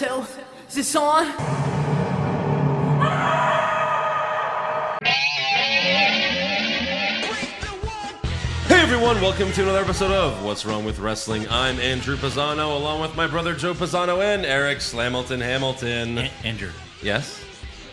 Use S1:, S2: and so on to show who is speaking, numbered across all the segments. S1: Oh, this on?
S2: Hey everyone, welcome to another episode of What's Wrong with Wrestling. I'm Andrew Pisano, along with my brother Joe Pisano and Eric Slamilton Hamilton.
S3: An- Andrew,
S2: yes?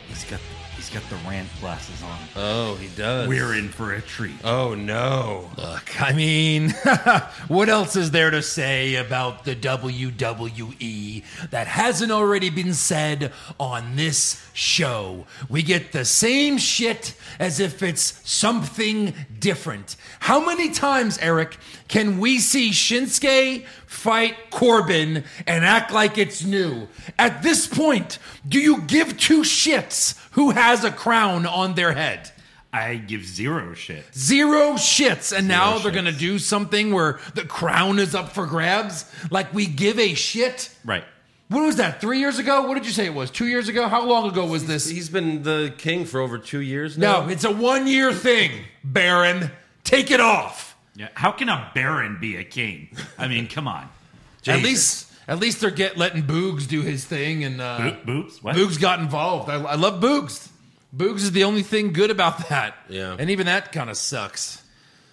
S3: he's got he's got the rant glasses on.
S2: Oh, he does.
S3: We're in for a treat.
S2: Oh no.
S4: Look, I mean, what else is there to say about the WWE that hasn't already been said on this show? We get the same shit as if it's something different. How many times, Eric, can we see Shinsuke fight Corbin and act like it's new? At this point, do you give two shits who has a crown on their head?
S3: I give zero shit.
S4: zero shits and now they're gonna do something where the crown is up for grabs like we give a shit
S3: Right.
S4: what was that three years ago what did you say it was two years ago how long ago was this
S2: He's been the king for over two years now.
S4: no it's a one year thing baron take it off
S3: Yeah. How can a baron be a king? I mean, come on.
S4: at least at least they're get letting boogs do his thing and uh
S3: Bo- Boops. What?
S4: boogs got involved I, I love boogs boogs is the only thing good about that
S2: Yeah.
S4: and even that kind of sucks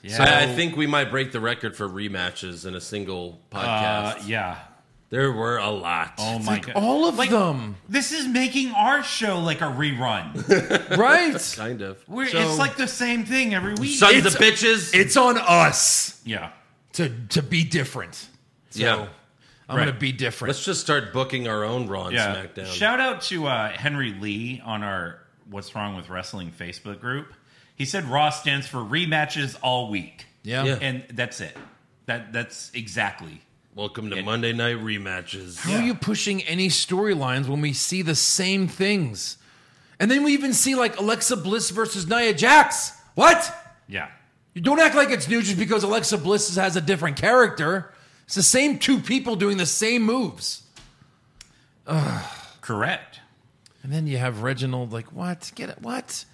S3: Yeah.
S2: I, I think we might break the record for rematches in a single
S3: Uh,
S2: podcast.
S3: yeah.
S2: There were a lot.
S3: Oh my god.
S4: all of
S3: Like,
S4: them
S3: This is making our show like a rerun.
S4: right
S2: Kind of.
S3: We're,
S2: So-
S3: it's like the same thing every week.
S2: sons of
S4: it's-
S2: bitches.
S4: it's on us
S3: yeah.
S4: to to be different. So
S2: Yeah.
S4: I'm
S3: Right.
S4: gonna be different.
S2: Let's just start booking our own Raw and
S3: Yeah.
S2: SmackDown.
S3: Shout out to uh, Henry Lee on our What's Wrong with Wrestling Facebook group. He said Raw stands for rematches all week.
S4: yeah.
S2: Yeah.
S3: And that's it. That that's exactly.
S2: Welcome to Monday Night Rematches.
S4: How are you pushing any storylines when we see the same things? And then we even see like Alexa Bliss versus Nia Jax. What?
S3: Yeah.
S4: You don't act like it's new just because Alexa Bliss has a different character. It's the same two people doing the same moves.
S3: Correct.
S4: And then you have Reginald like, what? Get it? What?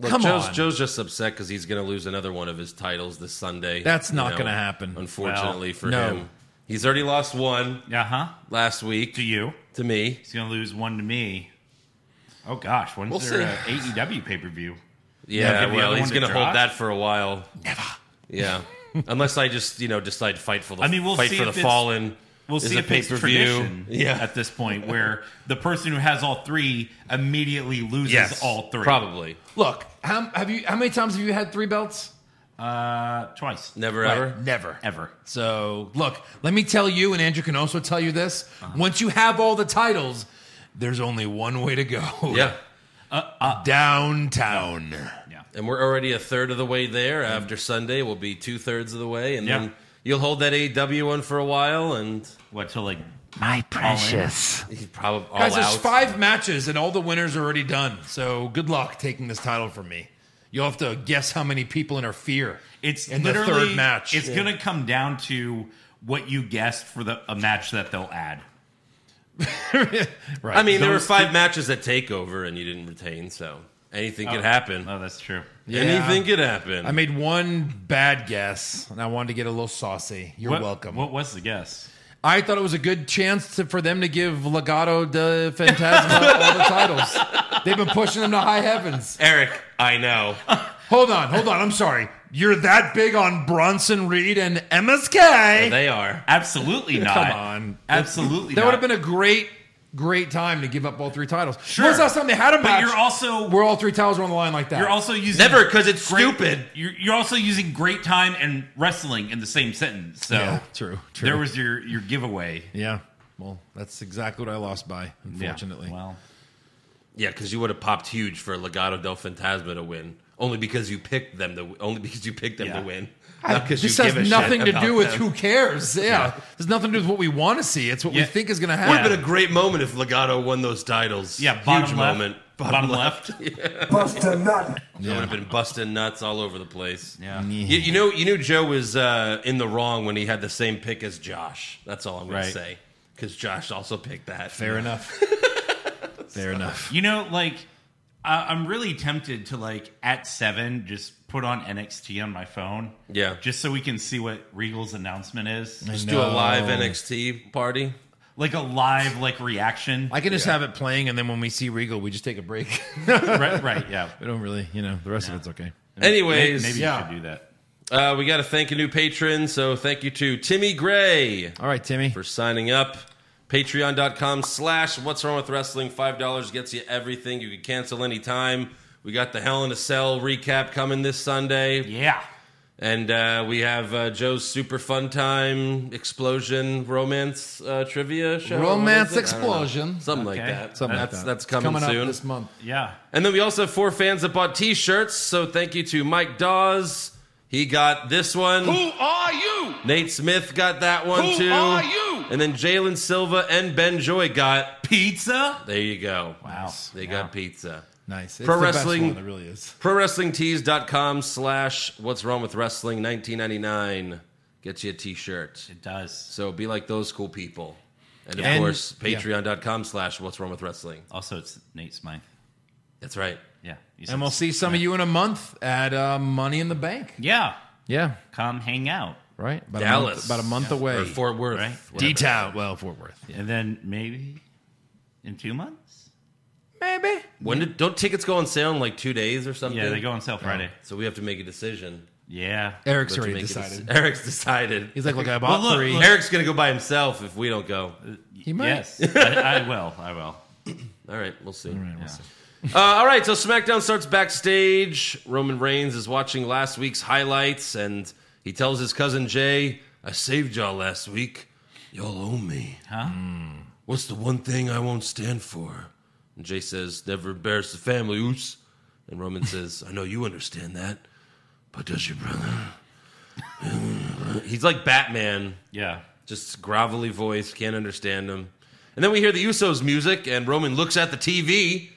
S2: Look,
S4: Come
S2: Joe's,
S4: on.
S2: Joe's just upset because he's going to lose another one of his titles this Sunday.
S4: That's
S2: You
S4: not
S2: know,
S4: gonna happen.
S2: Unfortunately
S3: Well,
S2: for
S4: no.
S2: him, he's already lost one
S3: Uh huh.
S2: last week
S3: To you.
S2: to me.
S3: He's gonna lose one to me. Oh gosh, when's
S2: We'll
S3: there a
S2: see.
S3: AEW pay per view?
S2: Yeah,
S3: give the
S2: well,
S3: other
S2: he's
S3: one to
S2: going to hold
S3: Josh?
S2: that for a while. Never. Yeah, unless I just you know decide to fight for the.
S3: I mean, we'll
S2: fight
S3: see
S2: for
S3: if
S2: the
S3: it's-
S2: fallen.
S3: We'll
S2: is
S3: see
S2: a
S3: if it's
S2: pay-per-view.
S3: tradition
S2: Yeah,
S3: at this point, where the person who has all three immediately loses
S2: yes,
S3: all three.
S2: Probably
S4: Look, how, have you? How many times have you had three belts?
S3: uh, twice,
S2: never
S4: Right,
S2: ever.
S4: Never.
S3: ever.
S4: So, look, let me tell you, and Andrew can also tell you this.
S2: Uh-huh.
S4: Once you have all the titles, there's only one way to go.
S2: Yeah,
S4: Downtown.
S3: Yeah,
S2: and we're already a third of the way there. After Sunday, we'll be two thirds of the way, and
S3: Yeah.
S2: then you'll hold that AEW one for a while, and
S3: what till like
S4: My precious.
S2: he probably all
S4: Guys,
S2: out.
S4: there's five matches, and all the winners are already done. So, good luck taking this title from me. You'll have to guess how many people interfere
S3: It's
S4: in the
S3: literally
S4: third match.
S3: It's gonna come down to what you guessed for the a match that they'll add.
S4: right.
S2: I mean, there were
S3: Those
S2: five matches at Takeover, and you didn't retain, so anything could happen.
S3: Oh, that's true.
S2: Anything could happen.
S4: I made one bad guess, and I wanted to get a little saucy. You're
S3: What-
S4: welcome.
S3: What was the guess?
S4: I thought it was a good chance to, for them to give Legato de Fantasma all the titles. They've been pushing them to high heavens.
S2: Eric, I know.
S4: Hold on, hold on. I'm sorry. You're that big on Bronson Reed and MSK.
S2: they are.
S3: Absolutely not.
S4: on.
S3: Absolutely.
S4: that
S3: not.
S4: would have been a great, great time to give up all three titles.
S3: Sure.
S4: When's the last time they had a
S3: But
S4: match
S3: you're also
S4: where all three titles were on the line like that?
S3: you're also using
S2: Never, because it's
S3: great-
S2: stupid.
S3: You're, you're also using great time and wrestling in the same sentence. So
S4: Yeah, true, true.
S3: There was your your giveaway.
S4: yeah. Well, that's exactly what I lost by,
S3: Yeah.
S4: unfortunately.
S3: Well,
S2: Yeah, because you would have popped huge for Legado del Fantasma to win, only because you picked them to. Only because you picked them
S3: Yeah.
S2: to win.
S4: I-
S2: Not because you
S4: this
S2: give
S4: has
S2: a
S4: nothing
S2: shit
S4: to
S2: about
S4: do with
S2: them.
S4: who cares. Yeah. There's nothing to do with what we want to see. It's what
S3: Yeah.
S4: we think is going to
S2: Would have
S4: happen.
S2: been a great moment if Legado won those titles.
S3: yeah. Bottom
S2: huge
S3: left,
S2: moment.
S3: Bottom, left.
S5: bust a nut.
S2: They would have been busting nuts all over the place.
S3: Yeah.
S2: You, you know, you knew Joe was uh, in the wrong when he had the same pick as Josh. That's all I'm going to
S3: Right.
S2: say. Because Josh also picked that.
S4: Fair enough. Fair enough.
S3: You know, like I I'm really tempted to like at seven just put on NXT on my phone.
S2: Yeah.
S3: Just so we can see what Regal's announcement is.
S2: Just do a live NXT party.
S3: like a live like reaction.
S6: I can just have it playing, and then when we see Regal, we just take a break.
S3: right, right, yeah.
S6: we don't really, you know, the rest of it's okay.
S2: Anyways,
S3: Maybe you
S6: Yeah.
S3: should do that.
S2: uh, we got to thank a new patron. So thank you to Timmy Gray
S6: All right, Timmy.
S2: for signing up. Patreon.com slash What's Wrong with Wrestling. $5 gets you everything. You can cancel anytime. We got the Hell in a Cell recap coming this Sunday.
S3: Yeah.
S2: And uh, we have uh, Joe's super fun time explosion romance uh, trivia show.
S6: Romance
S2: What is it? I don't know.
S6: explosion.
S2: something like
S3: Okay.
S2: that.
S6: Something like
S2: that's
S6: that.
S2: that's coming,
S6: Coming up
S2: soon.
S6: this month.
S3: Yeah.
S2: And then we also have four fans that bought T-shirts. So thank you to Mike Dawes. He got this one.
S4: Who are you?
S2: Nate Smith got that one
S4: Who
S2: too.
S4: are you?
S2: And then Jalen Silva and Ben Joy got.
S3: Pizza?
S2: There you go.
S3: Wow.
S2: They
S3: Yeah.
S2: got pizza.
S6: Nice. It's
S2: Pro
S6: the best
S2: wrestling-
S6: one, It really is.
S2: ProWrestlingTees.com slash What's Wrong with Wrestling 1999 gets you a T-shirt.
S3: It does.
S2: So be like those cool people. And of
S6: And-
S2: course,
S6: yeah.
S2: patreon.com slash what's wrong with wrestling.
S3: Also, it's Nate Smythe.
S2: That's right.
S3: Yeah. you said-
S6: And we'll see some of you in a month at uh, Money in the Bank.
S3: Yeah.
S6: Yeah,
S3: Come hang out.
S6: right. About
S2: Dallas.
S6: a month, about a month away.
S2: Or Fort Worth.
S3: Right.
S2: whatever.
S6: D-town. Well, Fort Worth.
S3: And then maybe in two months?
S6: Maybe.
S2: When did, don't tickets go on sale in like two days or something?
S3: Yeah, they go on sale Friday.
S2: So we have to make a decision.
S3: Yeah.
S6: Eric's
S2: We have to
S6: already
S2: make a deci-
S6: decided.
S2: Eric's decided.
S6: He's like, look, I bought
S3: Well, look,
S6: three.
S3: look.
S2: Eric's going to go by himself if we don't go.
S6: He might.
S3: Yes. I, I will. I will.
S2: All right, we'll see.
S6: All right, we'll see.
S2: Uh, all right, so SmackDown starts backstage. Roman Reigns is watching last week's highlights, and he tells his cousin Jay, "I saved y'all last week. Y'all owe me. Hmm.
S3: Huh?
S2: What's the one thing I won't stand for?" And Jay says, "Never embarrass the family, oops." And Roman says, "I know you understand that, but does your brother?" He's like Batman,
S3: Yeah.
S2: just grovelly voice, can't understand him. And then we hear the Usos music, and Roman looks at the TV,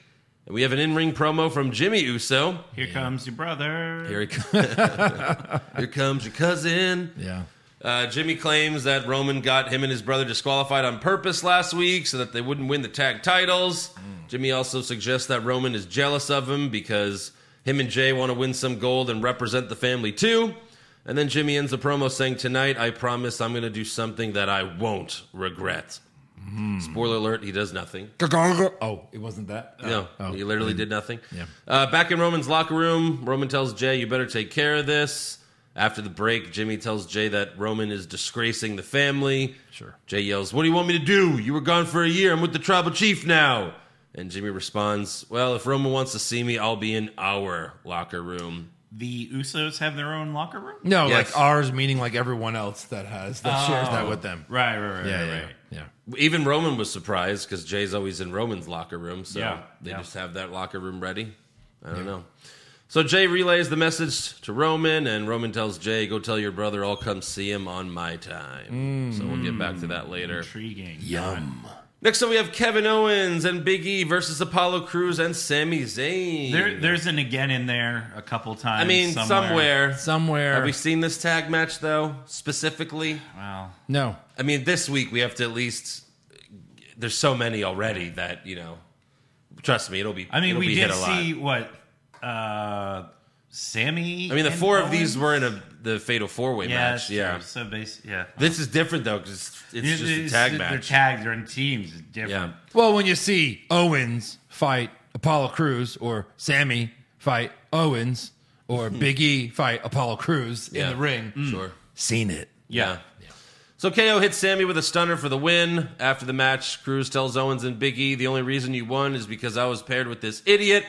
S2: and we have an in-ring promo from Jimmy Uso.
S3: Here comes your brother.
S2: Here, he co- Here comes your cousin.
S6: Yeah.
S2: Uh, Jimmy claims that Roman got him and his brother disqualified on purpose last week so that they wouldn't win the tag titles. Jimmy also suggests that Roman is jealous of him because him and Jay want to win some gold and represent the family too. And then Jimmy ends the promo saying, Tonight, I promise I'm going to do something that I won't regret. Spoiler alert, he does nothing.
S6: Oh, it wasn't that.
S2: No,
S6: Oh.
S2: he literally did nothing.
S6: Yeah.
S2: Uh, back in Roman's locker room, Roman tells Jay, "You better take care of this." After the break, Jimmy tells Jay that Roman is disgracing the family.
S6: Sure.
S2: Jay yells, "What do you want me to do? You were gone for a year. I'm with the tribal chief now." And Jimmy responds, "Well, if Roman wants to see me, I'll be in our locker room."
S3: The Usos have their own locker room?
S6: No,
S2: Yes.
S6: like ours, meaning like everyone else that has that shares that with them.
S3: Right, right, right,
S6: Yeah,
S3: right,
S6: yeah,
S3: right.
S6: yeah.
S2: Even Roman was surprised because Jay's always in Roman's locker room, so
S3: Yeah,
S2: they
S3: yeah.
S2: just have that locker room ready. I don't know. So Jay relays the message to Roman, and Roman tells Jay, "Go tell your brother I'll come see him on my time." So we'll get back to that later.
S3: Mm. Intriguing.
S6: Yum.
S2: Next up, we have Kevin Owens and Big E versus Apollo Crews and Sami Zayn.
S3: There, there's an again in there a couple times.
S2: I mean, somewhere.
S6: Somewhere.
S2: Have we seen this tag match though specifically?
S3: Wow.
S6: no.
S2: I mean, this week we have to at least. There's so many already that you know. Trust me, it'll be.
S3: I mean,
S2: it'll
S3: we
S2: be hit
S3: did
S2: a lot.
S3: see what uh, Sammy.
S2: I mean, the
S3: and
S2: four of
S3: Owens?
S2: these were in a the fatal four way
S3: yeah,
S2: match.
S3: that's
S2: Yeah,
S3: true. So base, yeah.
S2: this is different though because it's just a tag
S3: They're
S2: match.
S3: tags. They're in teams. It's
S2: yeah,
S3: different.
S6: Well, when you see Owens fight Apollo Cruz or Sammy fight Owens or Big E fight Apollo Cruz
S2: Yeah.
S6: in the ring,
S2: sure.
S6: seen it.
S2: Yeah. So KO hits Sammy with a stunner for the win. After the match, Cruz tells Owens and Big E, the only reason you won is because I was paired with this idiot.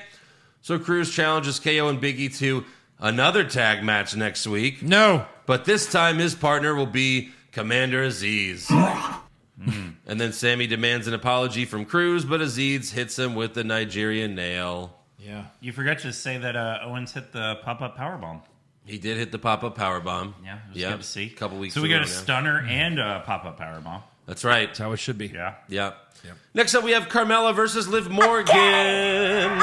S2: So Cruz challenges KO and Big E to another tag match next week.
S6: No.
S2: But this time his partner will be Commander Aziz. And then Sammy demands an apology from Cruz, but Aziz hits him with the Nigerian nail.
S6: Yeah.
S3: You forgot to say that uh, Owens hit the pop up power bomb.
S2: He did hit the pop up power bomb.
S3: Yeah, it was
S2: Yep.
S3: good to see.
S2: Couple weeks.
S3: So we
S2: in
S3: got
S2: row
S3: a
S2: now.
S3: stunner and a pop up power bomb.
S2: That's right.
S6: That's how it should be.
S3: Yeah.
S2: Yep.
S6: Yep.
S2: Next up, we have Carmella versus Liv Morgan.
S6: Yeah.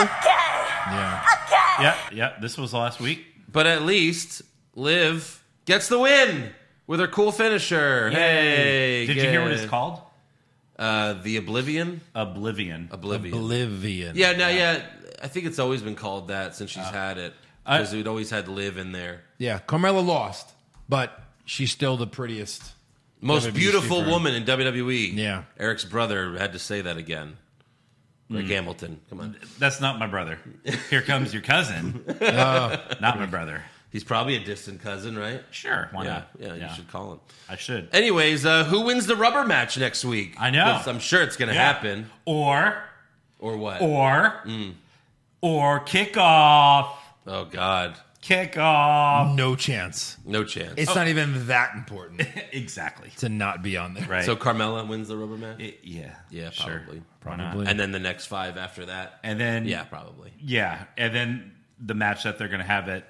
S2: Ah!
S3: Yeah. Yeah. This was last week.
S2: But at least Liv gets the win with her cool finisher. Hey,
S3: Did you hear what
S2: good.
S3: it's called?
S2: Uh, the Oblivion.
S3: Oblivion.
S2: Oblivion.
S6: Oblivion.
S2: yeah, no, yeah. I think it's always been called that since she's had it
S3: Uh, I-
S2: because it always had Liv in there.
S6: Yeah. Carmella lost, but she's still the prettiest
S2: Most
S4: WWE
S2: beautiful
S4: Superman.
S2: woman in WWE.
S4: Yeah.
S2: Eric's brother had to say that again.
S3: Mm.
S2: Like Hamilton. Come on.
S3: That's not my brother. Here comes your cousin. Oh. not my brother.
S2: He's probably a distant cousin, right?
S3: Sure, why
S2: Yeah.
S3: not?
S2: Yeah, you should call him.
S3: I should.
S2: Anyways, uh, who wins the rubber match next week?
S3: I know.
S2: 'Cause I'm sure it's going to happen.
S3: Or
S2: Or what?
S3: or
S2: Mm.
S3: or kick off.
S2: oh, God.
S3: Kick off.
S4: No chance.
S2: No chance.
S6: Oh.
S4: It's not even that important
S3: Exactly.
S4: to not be on there.
S3: Right.
S2: so Carmella wins the rubber match?
S3: It- yeah.
S2: yeah,
S3: sure.
S2: probably.
S4: Probably.
S2: And then the next five after that?
S3: And then
S2: yeah, probably.
S3: yeah, and then the match that they're going to have at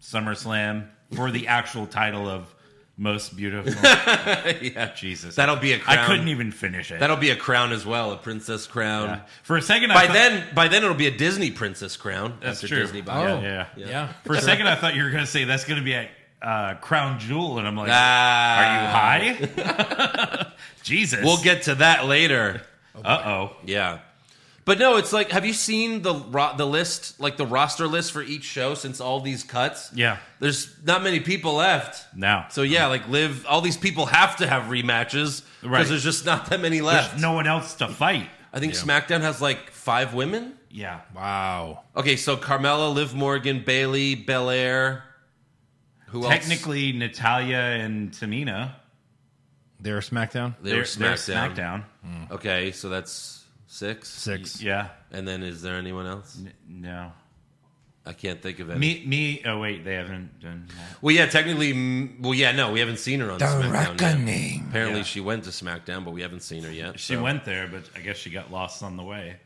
S3: SummerSlam for the actual title of most beautiful.
S2: yeah.
S3: Jesus.
S2: That'll be a crown.
S3: I couldn't even finish it.
S2: That'll be a crown as well, a princess crown.
S3: Yeah. For a second, I
S2: By
S3: thought,
S2: then, by then it'll be a Disney princess crown.
S3: That's
S2: after
S3: true.
S2: Disney buys
S4: Oh,
S2: it.
S4: yeah.
S3: yeah.
S4: Yeah.
S3: For a second, I thought you were going to say that's going to be at uh, Crown Jewel, and I'm like,
S2: Ah,
S3: are you high? Jesus.
S2: We'll get to that later.
S3: Uh oh.
S2: Yeah, but no, it's like, have you seen the ro- the list, like the roster list for each show since all these cuts?
S3: Yeah.
S2: there's not many people left
S3: No.
S2: So yeah, like live, all these people have to have rematches because
S3: Right.
S2: there's just not that many
S3: There's
S2: left.
S3: no one else to fight.
S2: I think SmackDown has like five women.
S3: Yeah.
S4: Wow.
S2: Okay, so Carmella, Liv Morgan, Bailey, Belair. Who else?
S3: Technically, Natalia and Tamina.
S4: They're SmackDown?
S2: They were
S3: they're
S2: SmackDown.
S3: SmackDown.
S2: Okay, so that's six.
S4: Six.
S3: Yeah.
S2: And then is there anyone else?
S3: N- No.
S2: I can't think of any.
S3: Me, me. Oh wait, they haven't done. That.
S2: Well, yeah, technically. mm, Well, yeah, no, we haven't seen her on SmackDown. yet. Apparently,
S3: Yeah.
S2: she went to SmackDown, but we haven't seen her yet.
S3: She
S2: so-
S3: went there, but I guess she got lost on the way.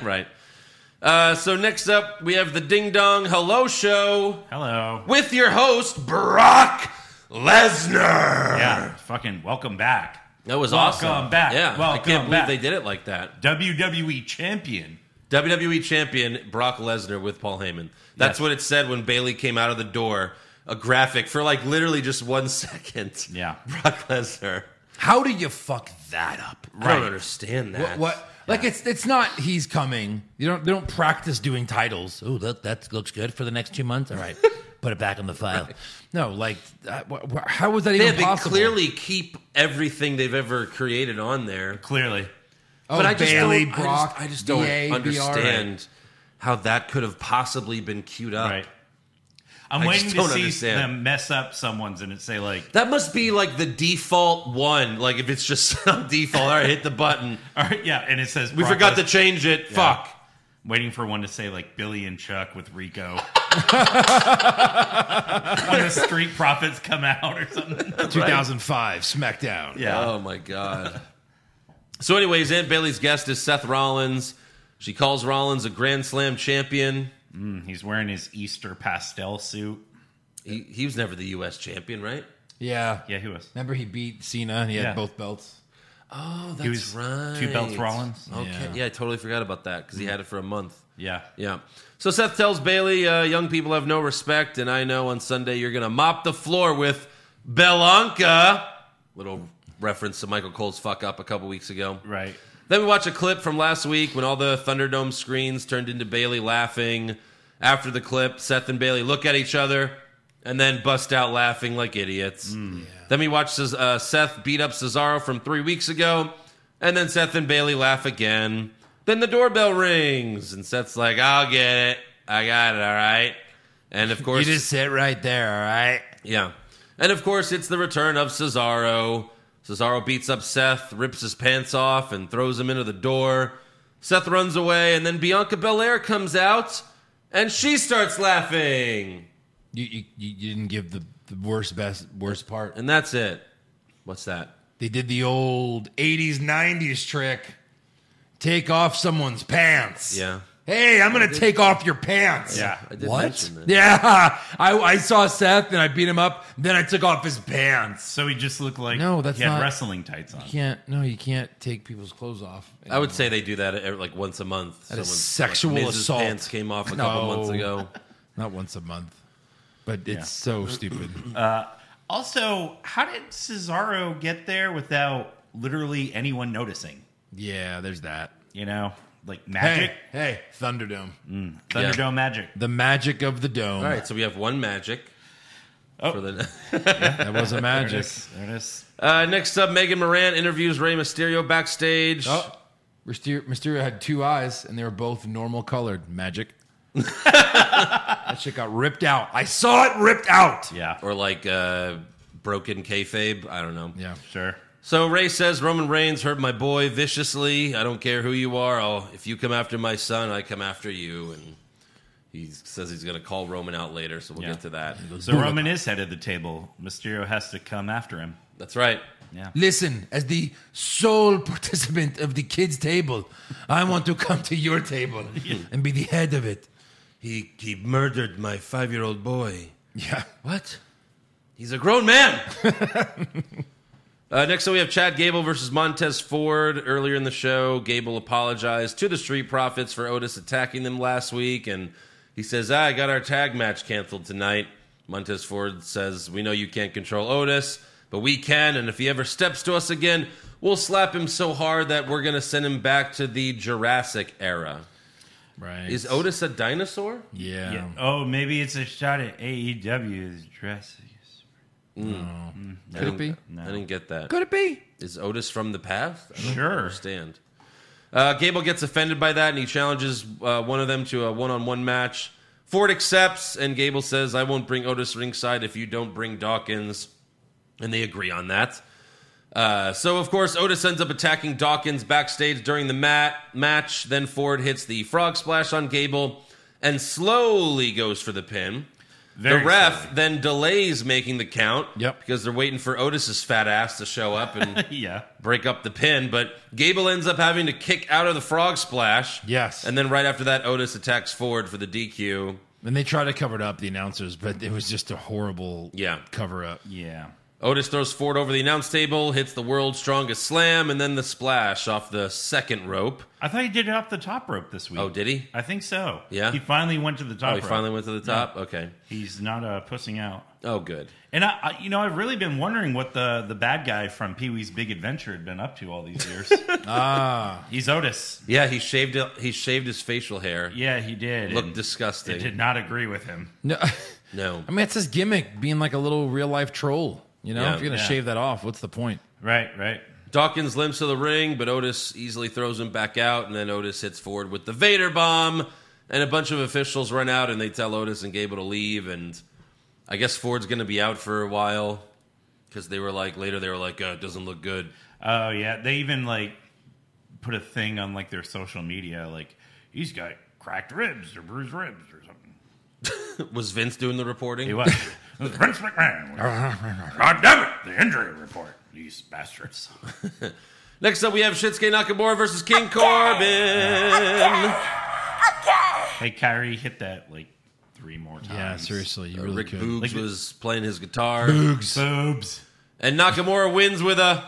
S2: right. Uh, so next up, we have the Ding Dong Hello Show
S3: Hello.
S2: with your host Brock Lesnar.
S3: Yeah. Fucking welcome back,
S2: That was
S3: Welcome
S2: awesome.
S3: back.
S2: Yeah, I
S3: Welcome
S2: can't believe
S3: back.
S2: they did it like that.
S3: WWE E champion.
S2: WWE E champion Brock Lesnar with Paul Heyman. That's
S3: Yes.
S2: what it said when Bailey came out of the door. A graphic for like literally just one second.
S3: Yeah.
S2: Brock Lesnar.
S4: How do you fuck that up?
S2: I don't understand
S4: What?
S2: that.
S4: what Like it's it's not he's coming. You don't they don't practice doing titles. Oh, that that looks good for the next two months. All right, put it back on the file. No, like uh, wh- wh- how was that
S2: Yeah,
S4: even
S2: they
S4: possible?
S2: clearly keep everything they've ever created on there.
S3: Clearly.
S4: oh,
S2: but I just
S4: Bailey,
S2: don't, I just-
S4: Brock,
S2: I just, don't
S4: DA,
S2: understand how that could have possibly been queued up.
S3: Right. I'm
S2: I
S3: waiting
S2: just
S3: to
S2: don't
S3: see
S2: understand.
S3: them mess up someone's and it say like,
S2: That must be like the default one. Like if it's just some default, all right, hit the button.
S3: all right, yeah, and it says
S2: We
S3: Brock
S2: forgot to
S3: Lesnar.
S2: change it. Fuck.
S3: waiting for one to say like Billy and Chuck with Rico. when the Street Profits come out or something.
S4: Arn. 2005 SmackDown.
S3: Yeah.
S2: Oh my god. so, anyways, Aunt Bailey's guest is Seth Rollins. She calls Rollins a Grand Slam champion.
S3: He's wearing his Easter pastel suit.
S2: He, he was never the U.S. champion, right?
S4: yeah,
S3: Yeah, he was.
S4: Remember he beat Cena. and He had
S3: Yeah.
S4: both belts.
S2: Oh, that's
S3: He was two belts Rollins.
S2: Okay, yeah.
S4: Yeah.
S2: I totally forgot about that because he had it for a month.
S3: Yeah.
S2: Yeah. So Seth tells Bailey, uh, "Young people have no respect, and I know on Sunday you're gonna mop the floor with Belanca." Little reference to Michael Cole's fuck up a couple weeks ago.
S3: Right.
S2: Then we watch a clip from last week when all the Thunderdome screens turned into Bailey laughing. After the clip, Seth and Bailey look at each other and then bust out laughing like idiots.
S4: Hmm.
S2: Then we watch Ces- uh, Seth beat up Cesaro from three weeks ago, and then Seth and Bailey laugh again. Then the doorbell rings, and Seth's like, "I'll get it. I got it. All right." And of
S4: You
S2: course,
S4: just sit right there. All right.
S2: yeah. And of course, it's the return of Cesaro. Cesaro beats up Seth, rips his pants off, and throws him into the door. Seth runs away, and then Bianca Belair comes out, and she starts laughing.
S4: You you, you you didn't give the, the worst best worst part.
S2: And that's it. What's that?
S4: They did the old 80s, 90s trick. Take off someone's pants.
S2: Yeah.
S4: Hey, I'm going to take off your pants.
S3: Yeah.
S2: I did
S4: What?
S2: mention that.
S4: Yeah. I, I saw Seth and I beat him up. Then I took off his pants.
S3: So he just looked like
S4: No, that's
S3: he had
S4: not-
S3: wrestling tights on.
S4: Can't, no, you can't take people's clothes off.
S2: I would say they do that every, like once a month.
S4: That is
S2: Someone's-
S4: sexual
S2: like, Miz's
S4: assault.
S2: Pants came off a couple
S4: No.
S2: months ago.
S4: Not once a month, but it's so stupid.
S3: Also, how did Cesaro get there without literally anyone noticing?
S4: yeah, there's that.
S3: You know, like
S4: Hey,
S3: magic,
S4: hey, Thunderdome.
S3: Thunderdome magic.
S4: The magic of the dome.
S2: All right, so we have one magic.
S4: Oh.
S2: for the.
S4: That was a
S3: There it
S4: magic.
S3: is. There it is.
S2: Uh, next up, Megan Moran interviews Rey Mysterio backstage.
S4: Oh, Mysterio, Mysterio had two eyes, and they were both normal colored. Magic. that shit got ripped out. I saw it ripped out.
S3: Yeah.
S2: Or like uh, broken kayfabe. I don't know.
S4: Yeah.
S3: Sure.
S2: So Ray says Roman Reigns hurt my boy viciously. I don't care who you are. I'll, if you come after my son, I come after you. And he says he's going to call Roman out later, so we'll
S3: Yeah.
S2: get to that.
S3: So Roman is head of the table. Mysterio has to come after him.
S2: That's right.
S3: Yeah.
S4: Listen, as the sole participant of the kids' table, I want to come to your table and be the head of it.
S2: He he murdered my five year old boy.
S4: Yeah.
S2: What? He's a grown man. uh, next up, we have Chad Gable versus Montez Ford. Earlier in the show, Gable apologized to the Street Profits for Otis attacking them last week, and he says, ah, "I got our tag match canceled tonight." Montez Ford says, "We know you can't control Otis, but we can, and if he ever steps to us again, we'll slap him so hard that we're gonna send him back to the Jurassic era."
S4: Right.
S2: Is Otis a dinosaur?
S4: yeah.
S3: Yeah. Oh, maybe it's a shot at AEW's dress.
S2: I
S4: Could it
S2: didn't-
S4: be?
S2: I didn't get that.
S4: Could it be?
S2: Is Otis from the past? I don't
S3: Sure.
S2: understand. Uh, Gable gets offended by that and he challenges uh, one of them to a one on one match. Ford accepts, and Gable says, I won't bring Otis ringside if you don't bring Dawkins. And they agree on that. Uh, so, of course, Otis ends up attacking Dawkins backstage during the mat- match. Then Ford hits the frog splash on Gable and slowly goes for the pin.
S3: Very
S2: the ref
S3: slowly.
S2: then delays making the count
S4: Yep.
S2: because they're waiting for Otis's fat ass to show up and
S3: Yeah.
S2: break up the pin, but Gable ends up having to kick out of the frog splash.
S4: Yes.
S2: And then right after that, Otis attacks Ford for the DQ.
S4: And they tried to cover it up, the announcers, but it was just a horrible
S2: Yeah.
S4: cover up.
S3: Yeah.
S2: Otis throws Ford over the announce table, hits the world's strongest slam, and then the splash off the second rope.
S3: I thought he did it off the top rope this week.
S2: Oh, did he?
S3: I think so.
S2: Yeah?
S3: He finally went to the top
S2: Oh, he
S3: rope.
S2: finally went to the top? Okay.
S3: He's not uh, pussing out.
S2: Oh, good.
S3: And I, I, you know, I've really been wondering what the the bad guy from Pee Wee's Big Adventure had been up to all these years. ah, he's Otis.
S2: Yeah, he shaved he shaved his facial hair.
S3: Yeah, he did.
S2: Looked
S3: And
S2: disgusting.
S3: I did not agree with him.
S4: No,
S2: No.
S4: I mean, it's his gimmick, being like a little real life troll. You know,
S2: Yeah.
S4: if you're going to
S3: Yeah.
S4: shave that off, what's the point?
S3: Right, right.
S2: Dawkins limps to the ring, but Otis easily throws him back out, and then Otis hits Ford with the Vader bomb, and a bunch of officials run out and they tell Otis and Gable to leave, and I guess Ford's going to be out for a while because they were like later they were like uh, it doesn't look good.
S3: Oh yeah, they even like put a thing on like their social media, like he's got cracked ribs or bruised ribs or something.
S2: Was Vince doing the reporting?
S3: He was. It was Vince McMahon. God damn it! The injury report. These bastards.
S2: Next up, we have Shinsuke Nakamura versus King Corbin.
S3: Hey, Kyrie, hit that like three more times.
S4: Yeah, seriously, you really
S2: Um, uh, Rick
S4: could.
S2: Boogs
S3: Like-
S2: was playing his guitar,
S3: Boobs.
S2: and Nakamura wins with a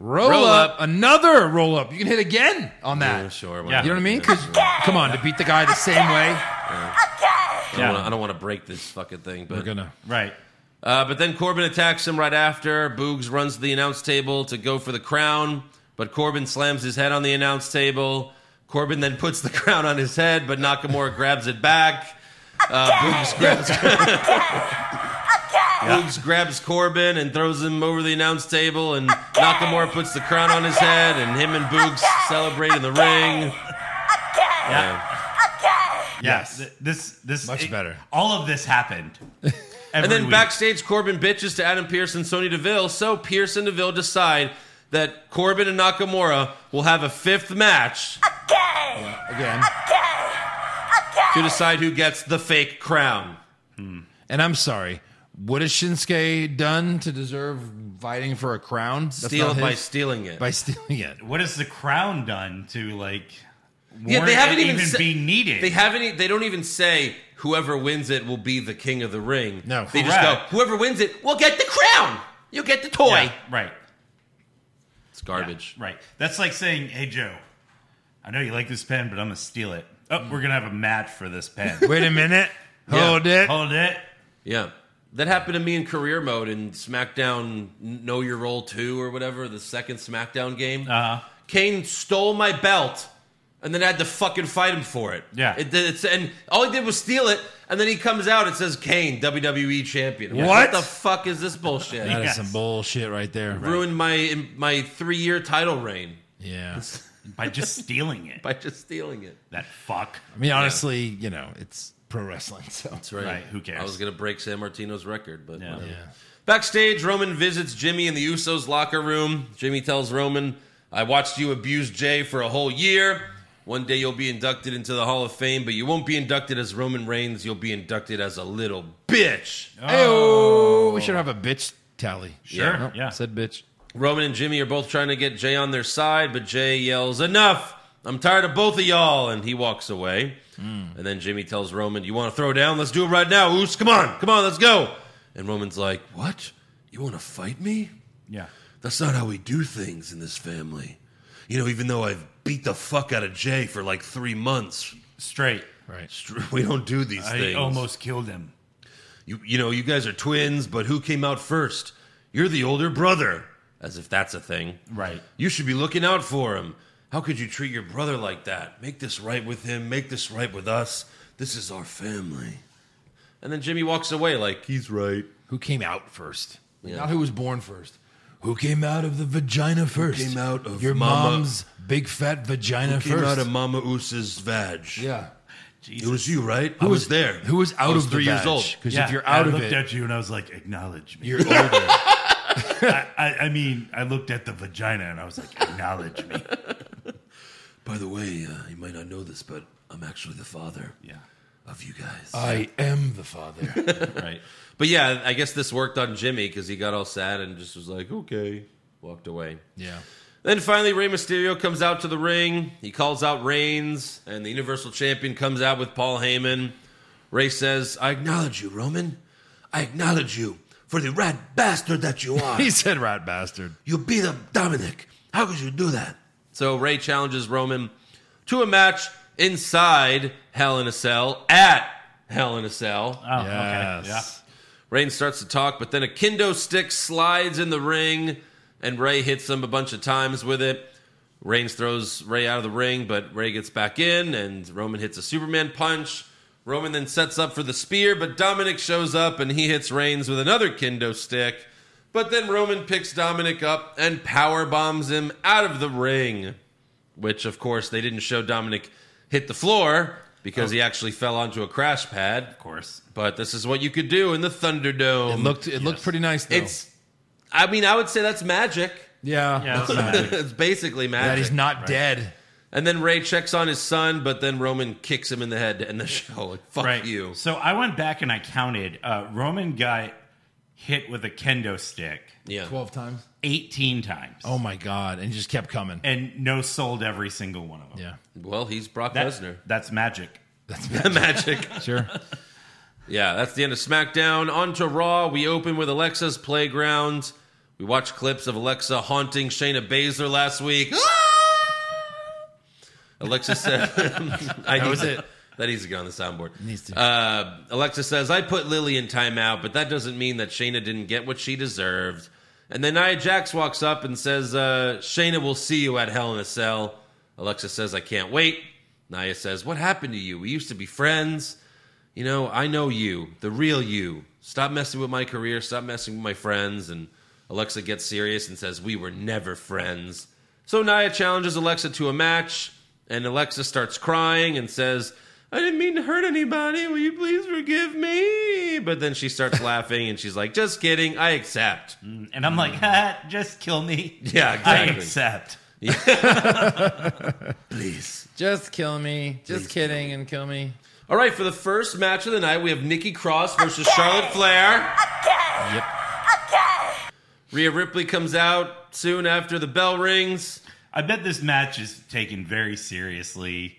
S4: Roll,
S2: Roll
S4: up.
S2: up.
S4: another roll up. You can hit again on that.
S2: Yeah, sure. why
S3: Yeah.
S2: not?
S4: You know what I mean? 'Cause- come on, to beat the guy the same way,
S2: I don't wanna- I don't want to break this fucking thing, but
S4: we're gonna.
S3: Right.
S2: Uh, but then Corbin attacks him right after. Boogs runs to the announce table to go for the crown, but Corbin slams his head on the announce table. Corbin then puts the crown on his head, but Nakamura grabs it back. Uh, Boogs, grabs, Boogs grabs Corbin and throws him over the announce table, and Nakamura puts the crown on his head, and him and Boogs celebrate in the ring. Yeah.
S3: Yes. this this
S4: Much better.
S3: All of this happened.
S2: And then backstage, Corbin bitches to Adam Pierce and Sony Deville. So Pierce and Deville decide that Corbin and Nakamura will have a fifth match
S4: Again.
S2: to decide who gets the fake crown.
S4: And I'm sorry. What has Shinsuke done to deserve fighting for a crown? That's
S2: Steal
S4: not
S2: it by
S4: his-
S2: stealing it.
S4: by stealing it.
S3: What has the crown done to like?
S2: Yeah,
S3: warrant
S2: they
S3: it
S2: haven't even
S3: even
S2: sa-
S3: be needed.
S2: they haven't. e- They don't even say whoever wins it will be the king of the ring.
S4: No.
S2: they just go
S3: Correct.
S2: whoever wins it will get the crown. You get the toy.
S3: Yeah, right.
S2: It's garbage.
S3: Right. That's like saying, "Hey Joe, I know you like this pen, but I'm gonna steal it. Oh, we're gonna have a match for this pen.
S4: Wait a minute.
S2: Yeah.
S4: Hold it.
S3: Hold it.
S2: Yeah. That happened to me in career mode in SmackDown Know Your
S4: Uh-huh.
S2: Role 2 or whatever, the second SmackDown game.
S3: Uh,
S2: Kane stole my belt and then had to fucking fight him for it.
S3: Yeah.
S2: It, it's, and all he did was steal it, and then he comes out. It says Kane, WWE champion. I'm like,
S4: What?
S2: the fuck is this bullshit?
S4: That is
S3: Yes.
S4: some bullshit right there.
S2: Ruined my my three year title reign
S4: Yeah.
S3: by just stealing it.
S2: by just stealing it.
S3: that fuck.
S4: I mean, honestly, you know, it's pro wrestling, so.
S2: That's right.
S3: Right, who cares?
S2: I was gonna break San Martino's record, but
S3: Yeah.
S2: whatever.
S4: Yeah.
S2: Backstage, Roman visits Jimmy in the Usos' locker room. Jimmy tells Roman, I watched you abuse Jay for a whole year. One day you'll be inducted into the Hall of Fame, but you won't be inducted as Roman Reigns. You'll be inducted as a little bitch.
S4: Oh, we should have a bitch tally.
S3: Sure. Yeah.
S4: Nope, Said bitch.
S2: Roman and Jimmy are both trying to get Jay on their side, but Jay yells, Enough! I'm tired of both of y'all. And he walks away. And then Jimmy tells Roman, You want to throw down? Let's do it right now. Oos, come on. Come on, let's go. And Roman's like, What? You want to fight me?
S3: yeah.
S2: That's not how we do things in this family. You know, even though I've beat the fuck out of Jay for like three months,
S3: Straight.
S4: Right.
S2: str- we don't do these
S3: I
S2: things.
S3: almost killed him.
S2: You, you know, you guys are twins, but who came out first? You're the older brother. As if that's a thing.
S3: Right.
S2: You should be looking out for him. How could you treat your brother like that? Make this right with him. Make this right with us. This is our family. And then Jimmy walks away like he's right.
S4: Who came out first?
S2: Yeah.
S4: Not who was born first. Who came out of the vagina first?
S2: came out of
S4: your
S2: mama-
S4: mom's big fat vagina
S2: Came
S4: first?
S2: out of Mama Oose's vag.
S4: yeah.
S2: It was you, right? I was there.
S4: Who was out
S2: I was
S4: of
S2: three
S4: the
S2: years old?
S4: Because
S3: Yeah,
S4: if you're
S3: I
S4: out of
S3: looked
S4: it,
S3: at you and I was like, acknowledge me.
S4: you're older.
S3: I, I, I mean, I looked at the vagina and I was like, acknowledge me.
S2: By the way, uh, you might not know this, but I'm actually the father
S3: Yeah.
S2: of you guys.
S4: I am the father.
S3: Right.
S2: Uh, but yeah, I guess this worked on Jimmy because he got all sad and just was like, okay, walked away.
S4: yeah.
S2: Then finally, Rey Mysterio comes out to the ring. He calls out Reigns, and the Universal Champion comes out with Paul Heyman. Rey says, I acknowledge you, Roman. I acknowledge you for the rat bastard that you are.
S4: He said rat bastard.
S2: You beat up Dominic. How could you do that? So Ray challenges Roman to a match inside Hell in a Cell at Hell in a Cell.
S3: Oh,
S4: Yes.
S3: okay. Yeah.
S2: Reign starts to talk, but then a kendo stick slides in the ring, and Ray hits him a bunch of times with it. Reigns throws Ray out of the ring, but Ray gets back in, and Roman hits a Superman punch. Roman then sets up for the spear, but Dominic shows up and he hits Reigns with another kendo stick. But then Roman picks Dominic up and power bombs him out of the ring, which of course they didn't show Dominic hit the floor because he actually fell onto a crash pad.
S3: Of course.
S2: But this is what you could do in the Thunderdome.
S4: It looked it looked pretty nice though.
S2: it's. I mean, I would say that's magic.
S4: yeah.
S3: Yeah. that's magic.
S2: it's basically
S4: That
S2: magic.
S4: he's not dead.
S2: and then Ray checks on his son, but then Roman kicks him in the head to end the show. Like, fuck
S3: right.
S2: you.
S3: So I went back and I counted. Uh, Roman got hit with a kendo stick
S2: Yeah.
S4: Twelve times.
S3: 18 times.
S4: Oh my god! And he just kept coming.
S3: And no sold every single one of them.
S4: Yeah.
S2: Well, he's Brock
S3: That-
S2: Lesnar.
S3: That's magic.
S2: magic.
S4: Sure.
S2: Yeah, that's the end of SmackDown. On to Raw. We open with Alexa's Playground. We watch clips of Alexa haunting Shayna Baszler last week.
S4: Ah!
S2: Alexa said, I that
S4: was it.
S2: That needs to go on the soundboard.
S4: Needs to.
S2: Uh, Alexa says, I put Lily in timeout, but that doesn't mean that Shayna didn't get what she deserved. And then Nia Jax walks up and says, uh, Shayna will see you at Hell in a Cell. Alexa says, I can't wait. Nia says, What happened to you? We used to be friends. You know, I know you, the real you. Stop messing with my career. Stop messing with my friends. And Alexa gets serious and says, We were never friends. So Naya challenges Alexa to a match, and Alexa starts crying and says, I didn't mean to hurt anybody. Will you please forgive me? But then she starts laughing and she's like, Just kidding. I accept.
S3: And I'm like, ha, just kill me.
S2: Yeah,
S3: I
S2: exactly.
S3: accept.
S2: Please.
S4: Just kill me. Just kidding and kill me.
S2: All right, for the first match of the night, we have Nikki Cross versus Charlotte Flair.
S4: Yep.
S2: Rhea Ripley comes out soon after the bell rings.
S3: I bet this match is taken very seriously.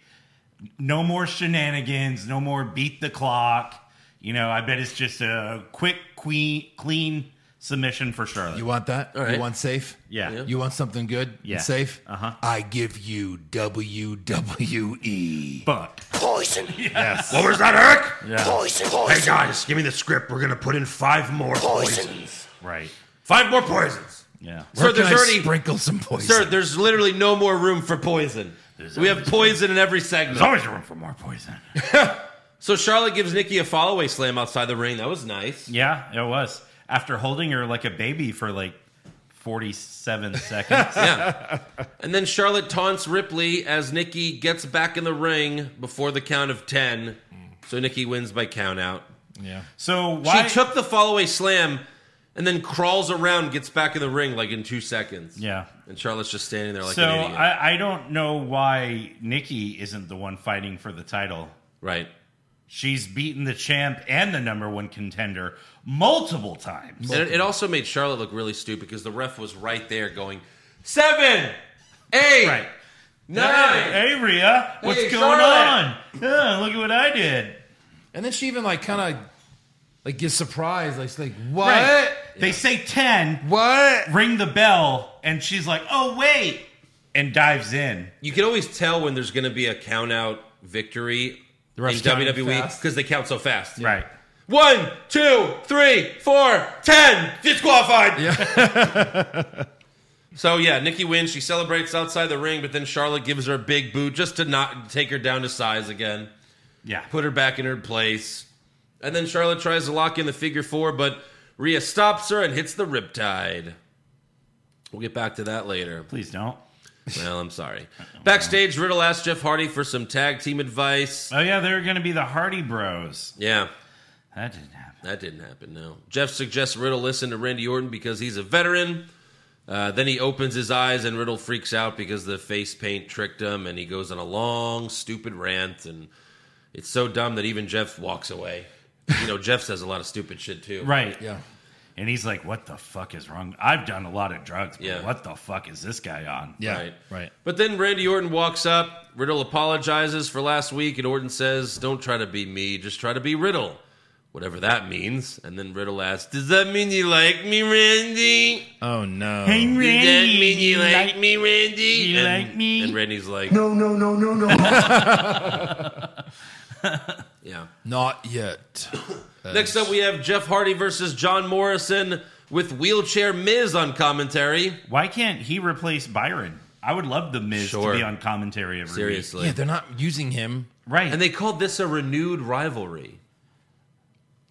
S3: No more shenanigans, no more beat the clock. You know, I bet it's just a quick, queen, clean submission for Charlotte.
S4: You want that?
S2: right.
S4: You want safe?
S3: yeah.
S2: Yeah.
S4: You want something good? and
S3: Yeah.
S4: safe?
S3: Uh-huh.
S4: I give you E. WWE.
S3: But
S7: Poison.
S4: Yes.
S2: What was that, Eric?
S7: Poison. Poison.
S2: guys, give me the script. We're gonna put in five more
S7: Poisons.
S3: right.
S2: Five more poisons.
S3: Yeah.
S4: Where
S2: sir, there's
S4: can I
S2: already
S4: sprinkle some poison.
S2: sir, there's literally no more room for poison.
S3: There's
S2: We
S3: always-
S2: have poison in every segment.
S3: there's always room for more poison.
S2: So Charlotte gives Nikki a fallaway slam outside the ring. That was nice.
S3: yeah, it was. After holding her like a baby for like 47 seconds.
S2: Yeah. and then Charlotte taunts Ripley as Nikki gets back in the ring before the count of 10. So Nikki wins by count out.
S4: Yeah.
S3: So why
S2: She took the fallaway slam and then crawls around, gets back in the ring like in two seconds.
S3: Yeah.
S2: And Charlotte's just standing there like
S3: so
S2: an idiot.
S3: I, I don't know why Nikki isn't the one fighting for the title.
S2: right.
S3: She's beaten the champ and the number one contender multiple times.
S2: And it, it also made Charlotte look really stupid because the ref was right there going, seven, eight,
S3: Right.
S2: nine.
S3: Hey, Rhea, what's
S2: Hey,
S3: going
S2: Charlotte.
S3: on? Yeah, look at what I did.
S4: And then she even like kind of like gets surprised, like she's like what?
S3: Right. They say 10,
S4: What?
S3: ring the bell, and she's like, oh, wait, and dives in.
S2: You can always tell when there's going to be a count out victory in
S4: ref's counting
S2: WWE
S4: fast.
S2: because they count so fast.
S3: Right.
S2: One, two, three, four, ten. Disqualified. Yeah. so yeah, Nikki wins. She celebrates outside the ring, but then Charlotte gives her a big boot just to not take her down to size again.
S3: Yeah.
S2: Put her back in her place. And then Charlotte tries to lock in the figure four, but Rhea stops her and hits the riptide. We'll get back to that later.
S3: Please don't.
S2: Well, I'm sorry. Backstage, Riddle asked Jeff Hardy for some tag team advice.
S3: Oh, yeah, they're going to be the Hardy Bros.
S2: Yeah,
S3: That didn't happen.
S2: that didn't happen, no. Jeff suggests Riddle listen to Randy Orton because he's a veteran. Uh, then he opens his eyes and Riddle freaks out because the face paint tricked him and he goes on a long, stupid rant. And it's so dumb that even Jeff walks away. You know, Jeff says a lot of stupid shit too.
S3: Right.
S4: Yeah.
S3: And he's like, what the fuck is wrong? I've done a lot of drugs, but
S2: Yeah.
S3: what the fuck is this guy on?
S4: Yeah.
S2: Right.
S4: Right.
S2: But then Randy Orton walks up. Riddle apologizes for last week, and Orton says, Don't try to be me, just try to be Riddle. Whatever that means. And then Riddle asks, Does that mean you like me, Randy?
S4: Oh no.
S3: Hey, Randy,
S2: Does that mean you like,
S3: like-
S2: me, Randy?
S3: you
S2: and,
S3: like me?
S2: And Randy's like,
S8: No, no, no, no, no.
S2: Yeah.
S4: Not yet.
S2: Next up, we have Jeff Hardy versus John Morrison with Wheelchair Miz on commentary.
S3: Why can't he replace Byron? I would love the Miz
S2: Sure.
S3: to be on commentary every week.
S2: Seriously.
S4: yeah, they're not using him.
S3: Right.
S2: and they called this a renewed rivalry.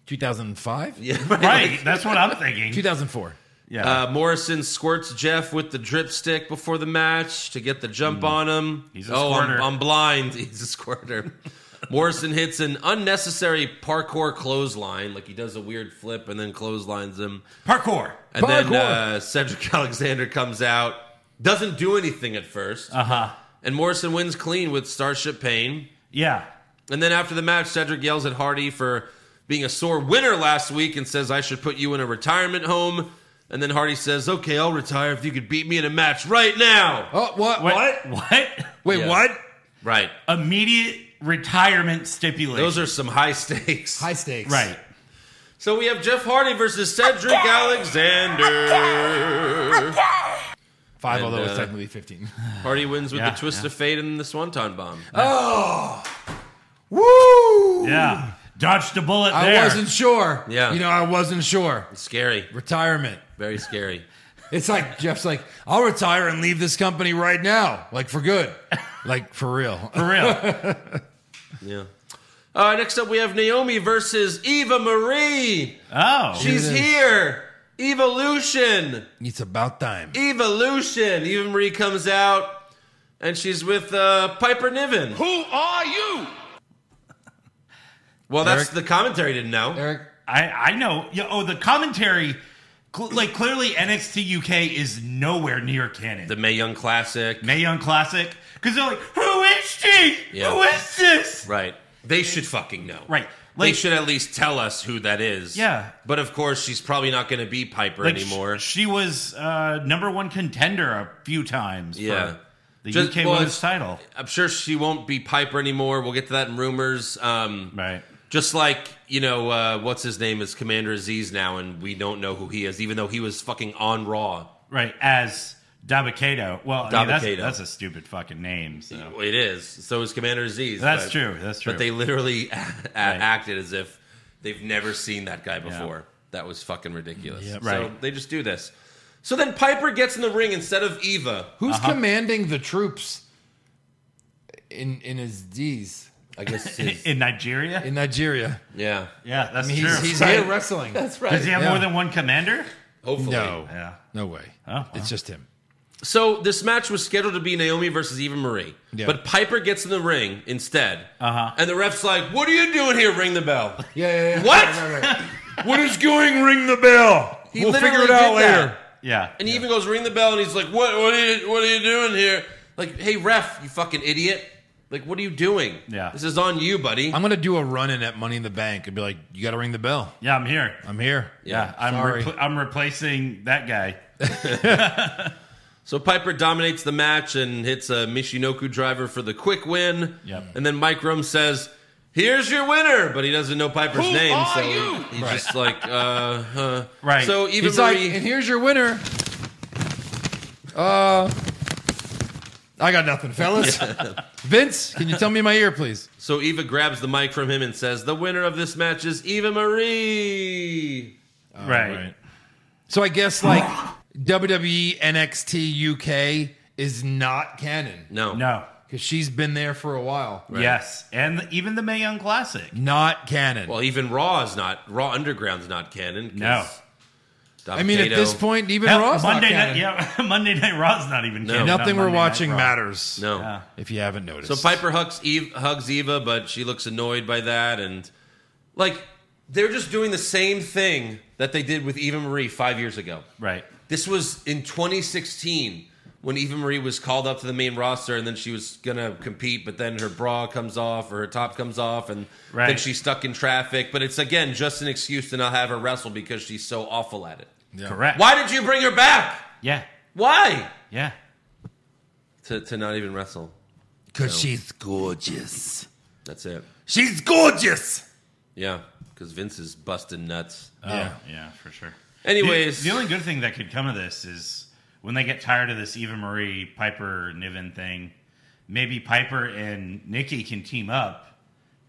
S4: 2005. Yeah.
S3: right. That's what I'm thinking.
S4: 2004.
S3: Yeah.
S2: Uh, Morrison squirts Jeff with the drip stick before the match to get the jump on him.
S3: Hmm. He's a
S2: oh,
S3: squirter.
S2: I'm, I'm blind. He's a squirter. Morrison hits an unnecessary parkour clothesline, like he does a weird flip and then clotheslines him.
S3: Parkour.
S2: And then
S4: Parkour.
S2: uh, Cedric Alexander comes out, doesn't do anything at first,
S3: Uh huh.
S2: and Morrison wins clean with Starship Pain.
S3: Yeah.
S2: And then after the match, Cedric yells at Hardy for being a sore winner last week and says, I should put you in a retirement home. And then Hardy says, Okay, I'll retire if you could beat me in a match right now.
S4: Oh what?
S3: What? What?
S4: Wait,
S2: Yeah.
S4: what?
S2: Right.
S3: Immediate retirement stipulation.
S2: Those are some high stakes.
S4: High stakes.
S3: right.
S2: So we have Jeff Hardy versus Cedric Alexander.
S4: Five,
S2: And,
S4: although it's
S2: uh,
S4: technically 15.
S2: Hardy wins with
S3: Yeah,
S2: the twist of fate and the swanton bomb.
S4: Uh, Oh! Woo!
S3: Yeah. Dodged a bullet
S4: I
S3: there.
S4: wasn't sure.
S2: Yeah.
S4: You know, I wasn't sure.
S2: scary.
S4: Retirement.
S2: Very scary.
S4: It's like Jeff's like, I'll retire and leave this company right now, like for good, like for real.
S3: For real.
S2: Yeah. Uh, next up, we have Naomi versus Eva Marie.
S3: Oh.
S2: She's
S4: it is.
S2: here. Evolution.
S4: It's about time.
S2: Evolution. Eva Marie comes out and she's with uh, Piper Niven. Who are you? Well, that's
S4: Eric?
S2: the commentary didn't know.
S4: Eric,
S3: I, I know. Yeah, oh, the commentary. Cl- like, clearly, NXT UK is nowhere near canon.
S2: The
S3: The
S2: May Young Classic.
S3: Mae Young Classic. Because they're like, who is she?
S2: Yeah.
S3: Who is this?
S2: Right. They should fucking know.
S3: Right.
S2: they
S3: Like-
S2: should at least tell us who that is.
S3: Yeah.
S2: But of course, she's probably not going to be Piper
S3: Like,
S2: anymore.
S3: sh- She was uh, number one contender a few times
S2: Yeah.
S3: for the
S2: Just-
S3: UK
S2: well,
S3: Women's
S2: it's-
S3: title.
S2: I'm sure she won't be Piper anymore. We'll get to that in rumors. Um,
S3: Right.
S2: Just like, you know, uh, what's his name is Commander Aziz now, and we don't know who he is, even though he was fucking on Raw.
S3: Right. As Dabakato. Well, I mean,
S2: Dabakato.
S3: that's, that's a stupid fucking name. So.
S2: Well, It is. So is Commander Aziz.
S3: That's
S2: but-
S3: true. That's true.
S2: But they literally a- a- acted as if they've never seen that guy before. That was fucking ridiculous. So
S3: Right.
S2: they just do this.
S4: Uh-huh.
S2: So then Piper gets in the ring instead of Eva.
S4: who's commanding the troops? in in his D's, I guess his,
S3: in Nigeria.
S4: in Nigeria.
S2: Yeah.
S3: yeah, that's
S4: I mean,
S3: true.
S4: he's, he's
S2: Right.
S4: here wrestling.
S2: That's right.
S3: Does he have
S4: yeah.
S3: more than one commander? Oh,
S2: Hopefully.
S4: No,
S3: Yeah. Oh,
S4: no way.
S3: wow.
S4: It's just him.
S2: So this match was scheduled to be Naomi versus Eva Marie,
S4: Yeah.
S2: but Piper gets in the ring instead,
S3: Uh-huh.
S2: and the ref's like, "What are you doing here? Ring the bell."
S4: Yeah, yeah, yeah.
S2: What?
S4: Right, right, right.
S6: What is going? Ring the bell.
S2: He
S6: we'll
S2: literally
S6: figure it
S2: did
S6: out
S2: that.
S6: later.
S3: Yeah.
S2: And he even goes ring the bell, and he's like, "What? What are you? What are you doing here? Like, hey ref, you fucking idiot! Like, what are you doing?
S3: Yeah.
S2: this is on you, buddy.
S4: I'm gonna do a run in at Money in the Bank and be like, "You got to ring the bell.
S3: Yeah, I'm here.
S4: I'm here."
S3: Yeah, I'm
S4: sorry.
S3: repl- I'm replacing that guy.
S2: So Piper dominates the match and hits a Mishinoku driver for the quick win.
S3: Yep.
S2: And then Mike Rome says, "Here's your winner," but he doesn't know Piper's
S3: Who
S2: name,
S3: are
S2: so
S3: you?
S2: he's just like, uh, uh.
S3: Right.
S2: So Eva
S4: He's like,
S2: Marie,
S4: "And here's your winner." Uh, I got nothing, fellas. Vince, can you tell me in my ear, please?
S2: so Eva grabs the mic from him and says, "The winner of this match is Eva Marie."
S4: Oh,
S3: right.
S4: So I guess like E, WWE NXT UK is not canon
S2: No,
S3: No.
S4: because she's been there for a while.
S3: Yes, and the, even the May Young Classic.
S4: Not canon.
S2: Well, even Raw is not Raw Underground's not canon. 'cause
S3: No.
S2: Dom
S4: I mean, at
S2: Kato-
S4: this point, even
S3: Hell,
S4: Raw's
S3: Monday
S4: not
S3: night.
S4: canon.
S3: Yeah, Monday Night Raw's not even. canon on
S4: Nothing we're
S3: Monday Night
S4: watching
S3: Raw.
S4: matters.
S2: no.
S3: Yeah.
S4: If you haven't noticed.
S2: So Piper hugs Eva, hugs Eva, but she looks annoyed by that, and like they're just doing the same thing that they did with Eva Marie five years ago.
S3: Right.
S2: This was in 2016 when Eva Marie was called up to the main roster, and then she was gonna compete, but then her bra comes off or her top comes off, and then
S3: Right.
S2: she's stuck in traffic. But it's again just an excuse to not have her wrestle because she's so awful at it.
S3: Correct.
S2: Why did you bring her back?
S3: Yeah.
S2: Why?
S3: Yeah.
S2: To, to not even wrestle.
S4: Because she's gorgeous.
S2: That's it.
S4: She's gorgeous.
S2: Yeah, because Vince is busting nuts.
S4: Yeah.
S3: Oh, yeah, for sure.
S2: Anyways,
S3: the, the only good thing that could come of this is when they get tired of this Eva Marie Piper Niven thing, maybe Piper and Nikki can team up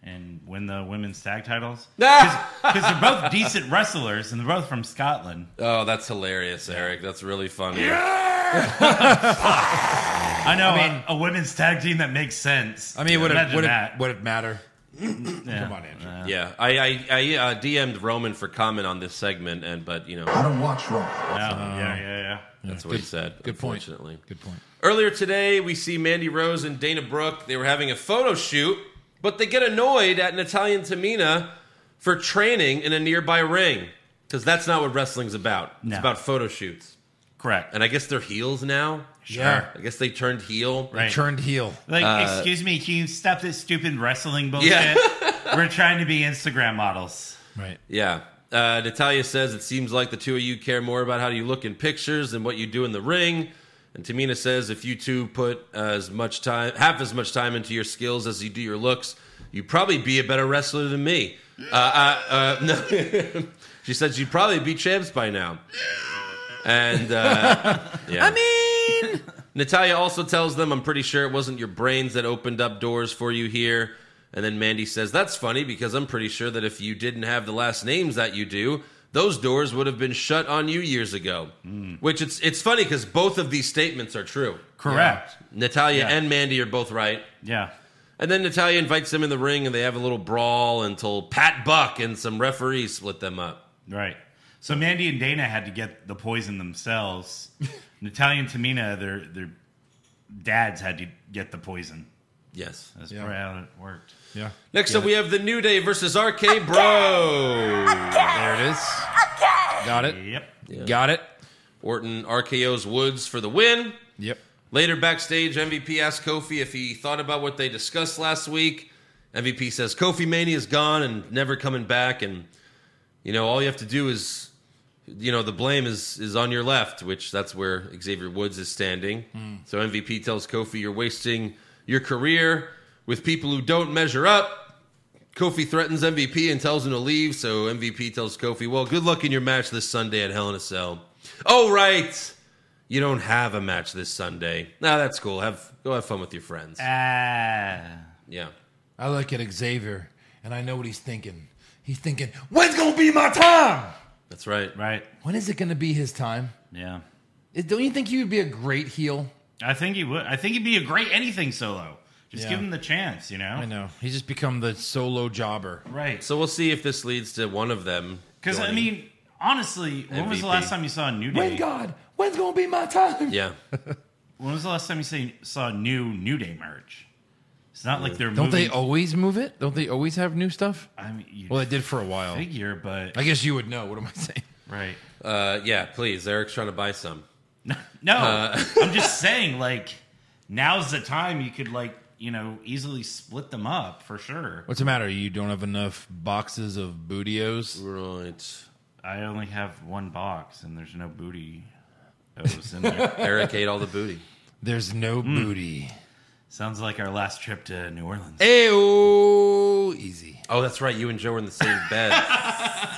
S3: and win the women's tag titles because they're both decent wrestlers and they're both from Scotland.
S2: oh, that's hilarious, Eric. That's really funny.
S3: I know a, a women's tag team that makes sense.
S4: I mean, would it,
S3: Imagine
S4: would, it,
S3: that.
S4: would it matter?
S3: Yeah.
S4: Come on, Andrew.
S2: Yeah, I I, I uh, DM'd Roman for comment on this segment, and but you know
S8: I don't watch Raw.
S3: Yeah,
S4: uh,
S3: yeah, yeah, yeah.
S2: that's what he said.
S4: good point.
S2: unfortunately.
S4: Good point.
S2: Earlier today, we see Mandy Rose and Dana Brooke. They were having a photo shoot, but they get annoyed at Natalia and Tamina for training in a nearby ring because that's not what wrestling's about. It's
S3: No.
S2: about photo shoots,
S3: Correct.
S2: and I guess they're heels now.
S3: Sure.
S4: Yeah. uh,
S2: I guess they turned heel.
S3: Right.
S4: Turned heel.
S3: Like, excuse me, can you stop this stupid wrestling bullshit?
S2: Yeah.
S3: We're trying to be Instagram models.
S4: Right.
S2: Yeah. Uh, Natalia says it seems like the two of you care more about how you look in pictures than what you do in the ring. And Tamina says if you two put as much time, half as much time into your skills as you do your looks, you'd probably be a better wrestler than me. Uh, uh, uh, no. she said she'd probably be champs by now. And uh, yeah.
S4: I mean,
S2: Natalia also tells them, I'm pretty sure it wasn't your brains that opened up doors for you here. And then Mandy says, That's funny because I'm pretty sure that if you didn't have the last names that you do, those doors would have been shut on you years ago. Which it's it's funny because both of these statements are true.
S3: Correct.
S2: Natalia
S3: Yeah.
S2: and Mandy are both right.
S3: Yeah.
S2: And then Natalia invites them in the ring and they have a little brawl until Pat Buck and some referees split them up.
S3: Right. So Mandy and Dana had to get the poison themselves. Natalia and Tamina, their their dads had to get the poison.
S2: Yes.
S3: That's
S4: Yeah.
S3: probably how it worked.
S4: yeah.
S2: Next up, we have the New Day versus RK Bro.
S4: There it is. Got it.
S3: Yep.
S4: Got it.
S2: Orton RKO's Woods for the win.
S4: Yep.
S2: Later backstage, MVP asked Kofi if he thought about what they discussed last week. MVP says Kofi Mania is gone and never coming back, and you know all you have to do is, you know, the blame is is on your left, which that's where Xavier Woods is standing. So MVP tells Kofi, "You're wasting your career with people who don't measure up." Kofi threatens MVP and tells him to leave. So MVP tells Kofi, "Well, good luck in your match this Sunday at Hell in a Cell." Oh right. You don't have a match this Sunday. Nah, that's cool. Have go have fun with your friends.
S3: Ah.
S2: Yeah.
S4: I look at Xavier and I know what he's thinking. He's thinking, when's going to be my time?
S2: That's right.
S3: Right.
S4: When is it going to be his time?
S3: Yeah.
S4: Is- Don't you think he would be a great heel?
S3: I think he would. I think he'd be a great anything solo. Just
S4: Yeah.
S3: give him the chance, you know?
S4: I know. He's just become the solo jobber.
S3: Right.
S2: So we'll see if this leads to one of them.
S3: Because, I
S2: joining.
S3: mean, honestly, when was the
S2: MVP.
S3: last time you saw a New Day?
S4: When God, when's gonna be my time?
S2: yeah,
S3: When was the last time you say, saw new New Day merch? It's not like they're
S4: Don't
S3: moving.
S4: they always move it? Don't they always have new stuff?
S3: I mean, you
S4: Well, they did for a while.
S3: figure, but
S4: I guess you would know. What am I saying?
S3: right.
S2: uh, yeah. Please, Eric's trying to buy some.
S3: No,
S4: Uh,
S3: I'm just saying, like, now's the time you could like, you know, easily split them up for sure.
S4: What's the matter? You don't have enough boxes of bootios?
S2: Right.
S3: I only have one box, and there's no booty. Those in there.
S2: Eric ate all the booty.
S4: There's no booty.
S3: Sounds like our last trip to New Orleans.
S4: Ayo, easy.
S2: Oh, that's right. You and Joe were in the same bed.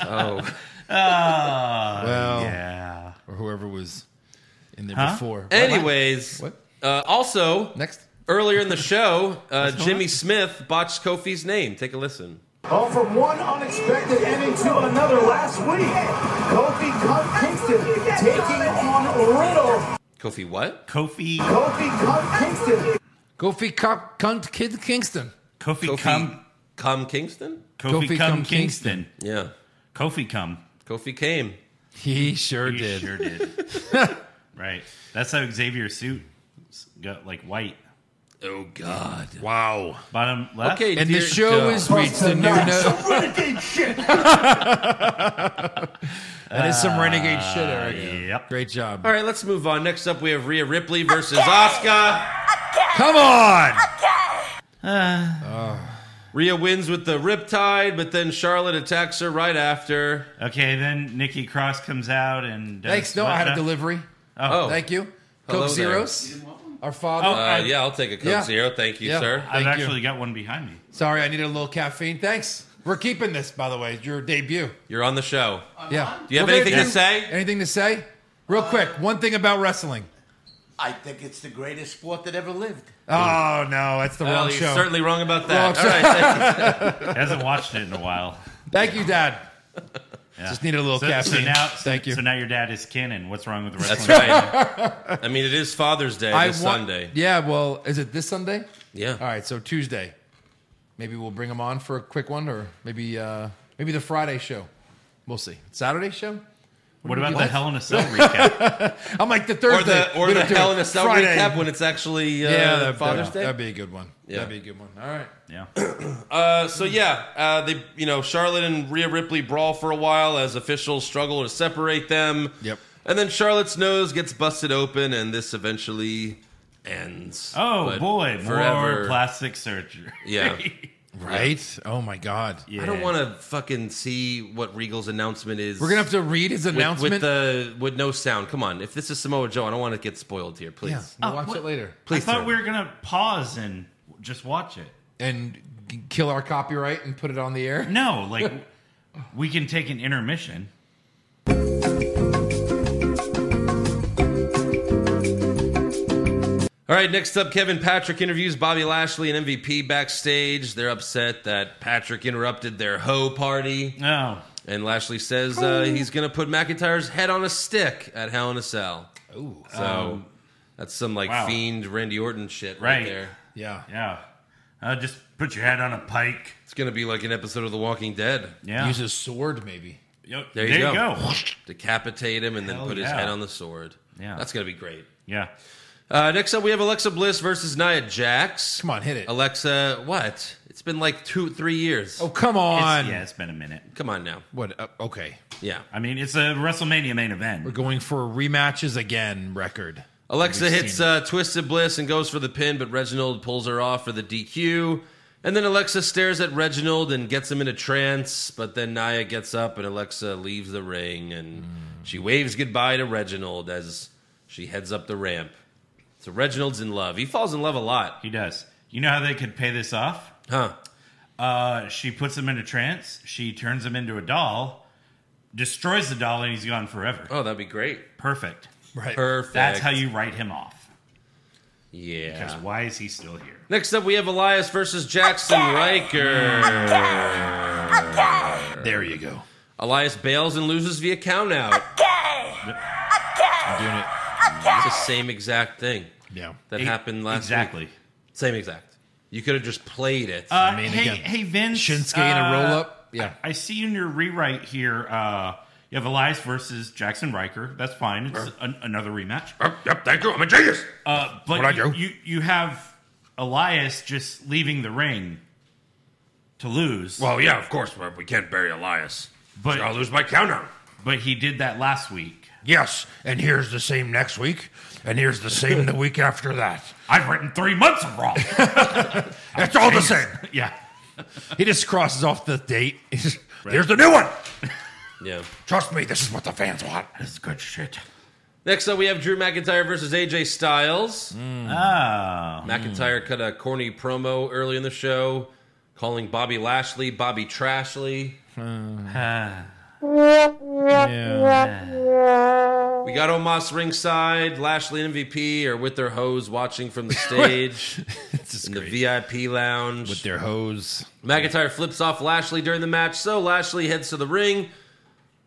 S2: oh,
S4: well,
S3: Yeah.
S4: or whoever was in there
S3: Huh?
S4: before.
S2: anyways.
S4: What?
S2: Uh, also,
S4: Next.
S2: earlier in the show, uh, Jimmy Smith botched Kofi's name. Take a listen.
S8: Oh, from one unexpected ending to another last week. Kofi Cut Kingston taking on Riddle.
S2: Kofi, what?
S3: Kofi,
S8: Kofi Cut Kingston.
S4: Kofi Cop Cunt Kid Kingston.
S3: Kofi,
S2: Kofi,
S3: come,
S2: come Kingston.
S3: Kofi,
S4: Kofi
S3: come,
S4: come
S3: Kingston.
S2: Yeah,
S3: Kofi, come.
S2: Kofi came.
S4: He sure
S3: You
S4: did.
S3: Sure did. right. That's how Xavier's suit got like white.
S2: Oh God.
S4: Wow.
S3: Bottom left.
S2: Okay,
S4: And
S2: dear
S4: the show
S2: God.
S4: is reached a new note.
S8: renegade shit.
S4: That is some renegade shit,
S2: Ah,
S4: Eric.
S3: Yep.
S4: Great job.
S2: All right, let's move on. Next up, we have Rhea Ripley versus Asuka.
S4: Come on.
S2: Rhea wins with the Riptide, but then Charlotte attacks her right after.
S3: Okay, then Nikki Cross comes out and does
S4: Thanks. No, I had a
S3: what-
S4: delivery.
S2: Oh,
S4: Thank you.
S2: Hello
S4: Coke
S2: there.
S4: Zeros. Our
S3: Oh,
S4: father.
S2: Uh,
S3: I,
S2: yeah, I'll take a Coke
S4: Yeah.
S2: Zero. Thank you,
S4: Yeah.
S2: sir.
S3: I've
S4: thank you.
S3: actually got one behind me.
S4: Sorry, I needed a little caffeine. Thanks. We're keeping this, by the way. Your debut.
S2: You're on the show.
S4: Yeah.
S2: Do you have
S4: We're gonna
S2: anything to say?
S4: Anything to say? Real quick, one thing about wrestling.
S7: I think it's the greatest sport that ever lived.
S4: Oh no, that's the
S2: Well,
S4: wrong
S2: you're
S4: show.
S2: certainly wrong about that.
S4: Wrong
S2: All right, thank you.
S3: Hasn't watched it in a while.
S4: Thank you, Dad. Just needed a little
S3: So,
S4: caffeine.
S3: so now,
S4: Thank you.
S3: So now your dad is canon. What's wrong with wrestling?
S2: That's right. I mean, it is Father's Day
S4: I
S2: this
S4: wa-
S2: Sunday.
S4: Yeah, well, is it this Sunday?
S2: Yeah.
S4: All right, so Tuesday. Maybe we'll bring him on for a quick one, or maybe uh, maybe the Friday show. We'll see. Saturday show?
S3: What about
S4: What?
S3: the Hell in a Cell recap?
S4: I'm like the
S2: Or
S4: Thursday.
S2: the or
S4: We
S2: the
S4: don't do
S2: Hell
S4: it.
S2: in a Cell
S4: Friday.
S2: recap when it's actually uh,
S4: Yeah, that'd-
S2: Father's
S4: that'd,
S2: Day.
S4: That'd be a good one.
S2: Yeah.
S4: That'd be a good one. All right.
S3: yeah.
S2: Uh, so yeah, uh, they you know Charlotte and Rhea Ripley brawl for a while as officials struggle to separate them.
S4: Yep.
S2: And then Charlotte's nose gets busted open, and this eventually ends.
S3: Oh
S2: But
S3: boy, more
S2: forever.
S3: plastic surgery.
S2: Yeah.
S4: Right? Oh my God.
S3: Yeah.
S2: I don't want to fucking see what Regal's announcement is.
S4: We're gonna have to read his
S2: with,
S4: announcement.
S2: with the with no sound. Come on, if this is Samoa Joe, I don't want to get spoiled here. Please,
S4: yeah, we'll
S3: Oh,
S4: watch
S3: what-
S4: it later
S2: please.
S3: I thought
S2: sir.
S3: we were gonna pause and just watch it.
S4: and g- kill our copyright and put it on the air.
S3: No, like we can take an intermission.
S2: All right, next up, Kevin Patrick interviews Bobby Lashley and MVP backstage. They're upset that Patrick interrupted their hoe party.
S3: No,
S2: And Lashley says uh, he's going to put McIntyre's head on a stick at Hell in a Cell. Ooh.
S4: uh,
S2: So that's some like
S3: wow.
S2: fiend Randy Orton shit right,
S3: Right.
S2: there.
S4: Yeah.
S3: yeah. Uh, just put your head on a pike.
S2: It's going to be like an episode of The Walking Dead.
S3: Yeah.
S4: Use a sword, maybe.
S3: Yep,
S2: There you go. Decapitate him and then
S3: Hell
S2: put his
S3: yeah.
S2: head on the sword.
S3: Yeah.
S2: That's going to be great.
S3: Yeah.
S2: Uh, next up, we have Alexa Bliss versus Nia Jax.
S4: Come on, hit it.
S2: Alexa, what? It's been like two, three years.
S4: Oh, come on.
S3: It's, yeah, it's been a minute.
S2: Come on now.
S4: What? Uh, okay.
S2: Yeah.
S3: I mean, it's a WrestleMania main event.
S4: We're going for a rematches again record.
S2: Alexa
S4: We've seen
S2: hits
S4: it.
S2: uh, Twisted Bliss and goes for the pin, but Reginald pulls her off for the DQ. And then Alexa stares at Reginald and gets him in a trance. But then Naya gets up and Alexa leaves the ring
S3: Mm.
S2: and she waves goodbye to Reginald as she heads up the ramp. So Reginald's in love. He falls in love a lot,
S3: He does. You know how they could pay this off?
S2: huh?
S3: Uh, she puts him in a trance. She turns him into a doll, destroys the doll, and he's gone forever.
S2: Oh, that'd be great.
S3: Perfect.
S4: Right.
S2: Perfect.
S3: That's how you write him off. Because
S2: Yeah.
S3: why is he still here?
S2: Next up, we have Elias versus Jackson Riker.
S4: there you go.
S2: Elias bails and loses via count out.
S4: I'm doing it.
S2: It's the same exact thing
S4: Yeah.
S2: that
S3: E-
S2: happened last week.
S3: exactly.
S2: Same exact. You could have just played it.
S3: Uh,
S4: mean,
S3: hey,
S4: again,
S3: hey, Vince.
S4: Shinsuke in a
S3: uh,
S4: roll-up? Yeah.
S3: I, I see in your rewrite here. Uh, you have Elias versus Jackson Riker. That's fine. It's an, another rematch.
S2: yep, thank you. I'm a genius.
S3: Uh, but
S4: What'd I
S3: you,
S4: do?
S3: you you have Elias just leaving the ring to lose.
S2: Well, yeah, of course, but we can't bury Elias.
S3: But-
S2: I'll lose my counter.
S3: but he did that last week.
S4: Yes, and here's the same next week, and here's the same the week after that.
S3: I've written three months of Raw.
S4: It's all the same.
S3: yeah.
S4: He just crosses off the date. There's the new one.
S2: Yeah.
S4: Trust me, this is what the fans want.
S3: This is good shit.
S2: Next up, we have Drew McIntyre versus AJ Styles.
S4: Mm.
S3: Oh.
S2: McIntyre cut a corny promo early in the show, calling Bobby Lashley Bobby Trashley. We got Omos ringside. Lashley and MVP are with their hoes watching from the stage in the VIP lounge.
S4: With their hose.
S2: McIntyre flips off Lashley during the match, so Lashley heads to the ring.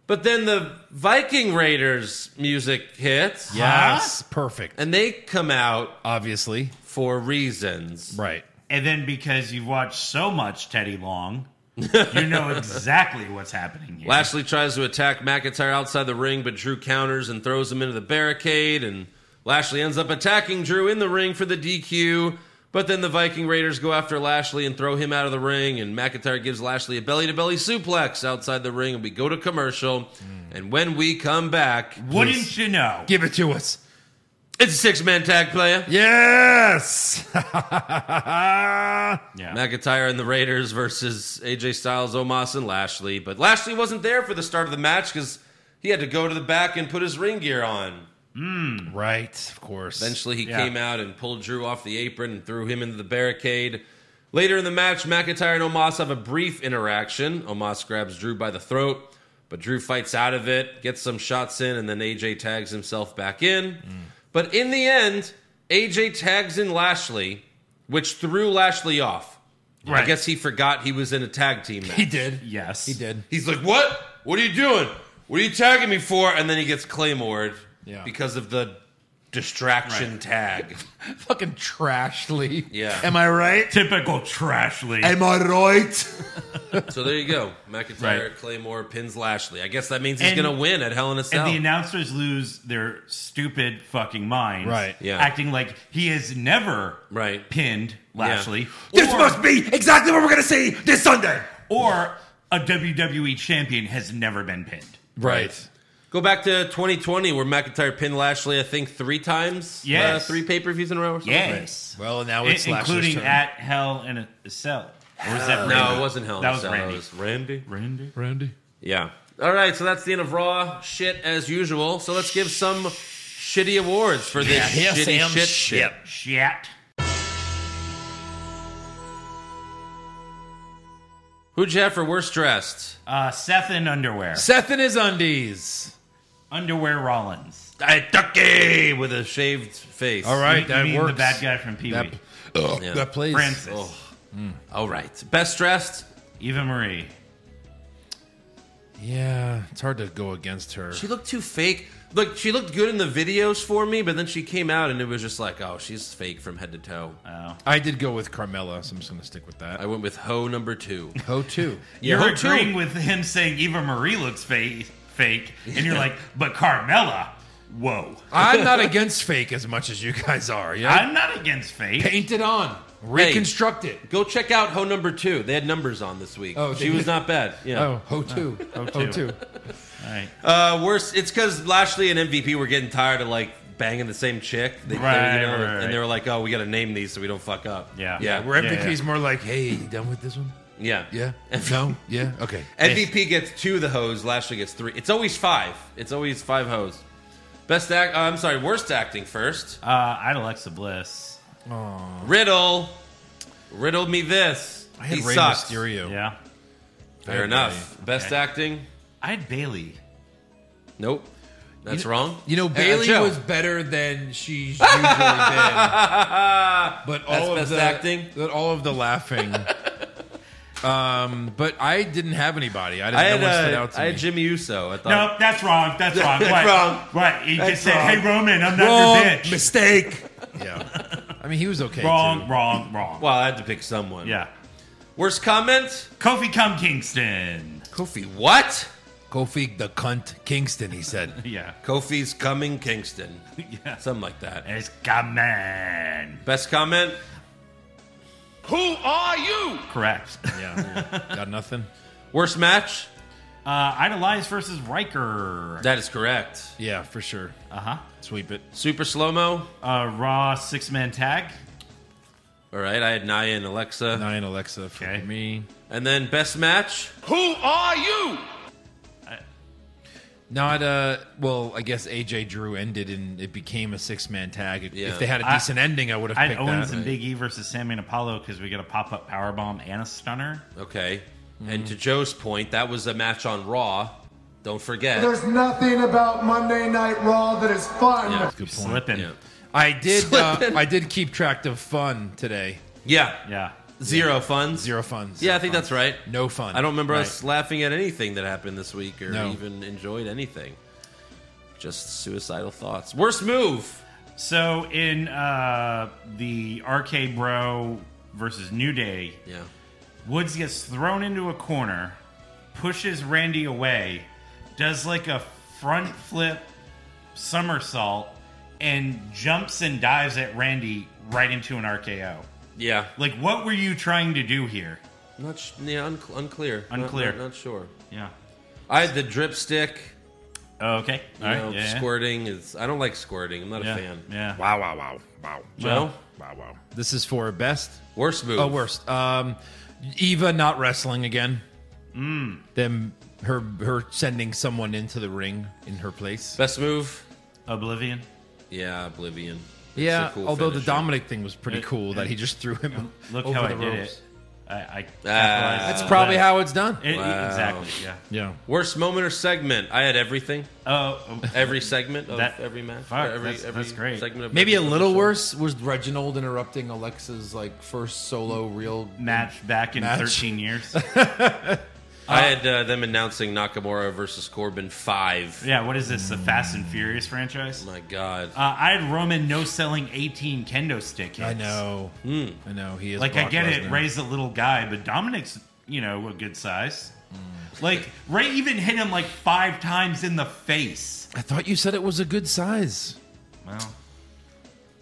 S2: But then the Viking Raiders music hits,
S4: Yes, perfect.
S2: and they come out
S4: Obviously,
S2: for reasons.
S4: right.
S3: And then because you've watched so much Teddy Long, you know exactly what's happening here.
S2: Lashley tries to attack McIntyre outside the ring, but Drew counters and throws him into the barricade. And Lashley ends up attacking Drew in the ring for the DQ. But then the Viking Raiders go after Lashley and throw him out of the ring. And McIntyre gives Lashley a belly to belly suplex outside the ring. And we go to commercial. And when we come back,
S3: Wouldn't you know?
S4: Give it to us.
S2: it's a six man tag player.
S4: Yes.
S3: Yeah.
S2: McIntyre and the Raiders versus AJ Styles, Omos, and Lashley. But Lashley wasn't there for the start of the match because he had to go to the back and put his ring gear on.
S4: right, of course.
S2: Eventually, he
S3: Yeah.
S2: came out and pulled Drew off the apron and threw him into the barricade. Later in the match, McIntyre and Omos have a brief interaction. Omos grabs Drew by the throat, but Drew fights out of it, gets some shots in, and then AJ tags himself back in. But in the end, AJ tags in Lashley, which threw Lashley off. I
S3: Right.
S2: guess he forgot he was in a tag team match.
S4: he did.
S3: yes.
S4: He did.
S2: He's like, "What? What are you doing? What are you tagging me for?" And then he gets claymored
S4: Yeah.
S2: because of the distraction tag.
S4: Fucking trashly.
S2: Yeah.
S4: Am I right?
S3: Typical trash league.
S4: Am I right?
S2: So there you go. McIntyre,
S3: Right.
S2: Claymore pins Lashley. I guess that means he's
S3: And-
S2: going to win at Hell in a Cell.
S3: and the announcers lose their stupid fucking minds.
S4: Right.
S2: Yeah.
S3: Acting like he has never
S2: Right.
S3: pinned Lashley.
S4: this
S3: or-
S4: must be exactly what we're gonna see this Sunday.
S3: Or a WWE champion has never been pinned.
S4: Right.
S2: go back to 2020 where McIntyre pinned Lashley, I think, three times.
S3: Yes.
S2: Uh, three pay per views in a row or something.
S3: Yes.
S4: Well, now
S3: I-
S4: it's Lashley's
S3: including
S4: turn.
S3: at Hell in a Cell. Uh, Or was that
S2: No,
S3: Randy?
S2: it wasn't Hell in
S3: That
S2: a
S3: was
S2: Cell.
S3: Randy.
S2: It was Randy.
S3: Randy.
S4: Randy.
S2: Yeah. All right, so that's the end of Raw. Shit as usual. So let's give some shitty awards for this
S4: Yeah,
S2: shitty
S4: Sam,
S2: shit
S4: shit.
S3: Shit.
S2: Who'd you have for worst dressed?
S3: Uh, Seth in underwear.
S4: Seth in his undies.
S3: underwear Rollins.
S2: I Ducky with a shaved face.
S4: All right,
S3: you
S4: that
S3: mean
S4: works.
S3: the bad guy from Pee Wee.
S4: That- Ugh,
S2: Yeah.
S4: That plays.
S3: Francis.
S2: Oh. All right. Best dressed?
S3: Eva Marie.
S4: Yeah, it's hard to go against her.
S2: She looked too fake. Look, she looked good in the videos for me, but then she came out and it was just like, oh, she's fake from head to toe.
S3: Oh.
S4: I did go with Carmella, so I'm just gonna stick with that.
S2: I went with hoe number two.
S4: Ho too.
S2: Yeah,
S3: You're
S2: Ho two.
S3: agreeing with him saying Eva Marie looks fake, fake, and you're like, but Carmella, whoa.
S4: I'm not against fake as much as you guys are. Yeah,
S3: I'm not against fake.
S4: paint it on, reconstruct it.
S2: Go check out hoe number two. They had numbers on this week.
S4: Oh,
S2: she
S4: did
S2: was
S4: they?
S2: not bad. Yeah.
S4: Oh, ho too. Ho too.
S3: All right.
S2: Uh, worse, it's because Lashley and MVP were getting tired of like banging the same chick. They, they- you
S3: Right,
S2: know,
S3: right, right.
S2: And they were like, oh, we got to name these so we don't fuck up.
S3: Yeah.
S2: Yeah.
S4: Where
S3: Yeah,
S4: MVP's more like, hey, you done with this one?
S2: yeah.
S4: Yeah. No. Yeah. Okay.
S2: MVP gets two of the hoes. Lashley gets three. It's always five. It's always five hoes. Best act. Uh, I'm sorry. Worst acting first.
S3: Uh, I had Alexa Bliss.
S2: Riddle, riddle me this.
S4: I had
S2: he
S4: Rey
S2: sucks.
S4: Mysterio.
S3: Yeah.
S2: Fair enough. Best
S3: Okay.
S2: acting?
S3: I had Bailey.
S2: Nope. That's wrong.
S6: You know,
S2: Uh,
S6: Bailey
S2: Joe.
S6: was better than she's usually been. But
S4: all
S2: That's
S4: of
S2: best
S4: the
S2: acting?
S4: that- all of the laughing. um, but I didn't have anybody. I didn't
S2: I
S4: know
S2: had,
S4: what stood
S2: uh,
S4: out to
S2: I had
S4: me.
S2: Jimmy Uso. I
S4: Uh,
S2: thought.
S3: Nope, that's wrong. That's wrong.
S2: That's
S3: What?
S2: wrong.
S3: What? He
S2: That's
S3: just said,
S2: wrong.
S3: "Hey Roman, I'm not your bitch."
S4: mistake. yeah. I mean, he was okay.
S3: Wrong,
S4: too.
S3: wrong, wrong.
S2: Well, I had to pick someone.
S3: Yeah.
S2: Worst comment?
S3: Kofi Cum Kingston.
S2: Kofi what?
S4: Kofi the cunt Kingston. He said.
S3: Yeah.
S2: Kofi's coming Kingston.
S3: Yeah.
S2: Something like that.
S3: It's coming.
S2: Best comment?
S3: Correct. Uh,
S4: yeah. Got nothing.
S2: Worst match?
S3: Idolize Uh, versus Riker.
S2: That is correct.
S4: Yeah, for sure.
S3: Uh-huh.
S4: Sweep it.
S2: Super slow mo?
S3: Uh Raw six man tag.
S2: All right, I had Naya and Alexa.
S4: Nine Alexa for
S3: Okay.
S4: me.
S2: And then best match?
S4: Not uh well, I guess AJ Drew ended and it became a six man tag. If,
S2: Yeah.
S4: if they had a
S3: I-
S4: decent ending, I would
S3: I
S4: have
S3: had
S4: picked
S3: Owens
S4: that.
S3: and Big E versus Sammy and Apollo because we get a pop up power bomb and a stunner.
S2: Okay. And to Joe's point, that was a match on Raw. Don't forget.
S8: There's nothing about Monday Night Raw that is fun.
S2: Yeah.
S4: Good point.
S3: Slipping.
S2: Yeah.
S4: I did. Uh,
S2: Slipping.
S4: I did keep track of fun today.
S2: Yeah.
S3: Yeah.
S2: Zero fun.
S4: Zero fun. zero
S2: Yeah, I think
S4: fun.
S2: that's right.
S4: no fun.
S2: I don't remember
S4: Right.
S2: us laughing at anything that happened this week or
S4: No.
S2: even enjoyed anything. Just suicidal thoughts. Worst move.
S3: So in uh the RK Bro versus New Day,
S2: Yeah.
S3: Woods gets thrown into a corner, pushes Randy away, does like a front flip somersault, and jumps and dives at Randy right into an RKO.
S2: Yeah.
S3: Like, what were you trying to do here?
S2: Not sh- yeah, un- unclear. Not-
S3: Unclear.
S2: Not, not sure.
S3: Yeah.
S2: I had the drip stick.
S3: Oh, okay.
S2: You
S3: All right.
S2: know,
S3: yeah.
S2: squirting is. I don't like squirting. I'm not
S3: yeah.
S2: a fan.
S3: Yeah.
S4: Wow! Wow! Wow! Wow!
S2: Joe,
S4: Wow! Wow! This is for best.
S2: worst move.
S4: Oh, worst. Um, Eva not wrestling again. Mm. Them her her sending someone into the ring in her place.
S2: Best move.
S3: Oblivion.
S2: Yeah, Oblivion. It's
S4: yeah,
S2: a cool
S4: although the
S2: finisher.
S4: Dominic thing was pretty
S3: It-
S4: cool that he just threw him.
S3: Look
S4: over
S3: how
S4: the
S3: I did
S4: ropes. Uh,
S3: it. I, I
S2: Ah.
S4: That's probably how it's done.
S3: It,
S2: Wow.
S3: Exactly. Yeah.
S4: yeah.
S2: Worst moment or segment? I had everything.
S3: Oh, oh,
S2: Every segment of
S3: That-
S2: every match.
S3: fuck,
S2: every,
S3: that's-
S2: every
S3: that's great.
S2: Segment of
S6: Maybe a
S2: every
S6: little
S2: episode.
S6: worse was Reginald interrupting Alexa's like first solo real
S3: match back in
S4: Match.
S3: 13 years.
S2: I had uh, them announcing Nakamura versus Corbin five.
S3: yeah. What is this? The Fast and Furious franchise?
S2: My God.
S3: Uh, I had Roman no selling 18 kendo stick hits.
S4: I know.
S6: Hmm.
S4: I know. He is
S3: Like, I
S4: Brock
S3: get it,
S4: Lesnar.
S3: Ray's a little guy, but Dominic's, you know, a good size.
S4: Mm.
S3: Like, Ray even hit him like five times in the face.
S4: I thought you said it was a good size.
S3: Well,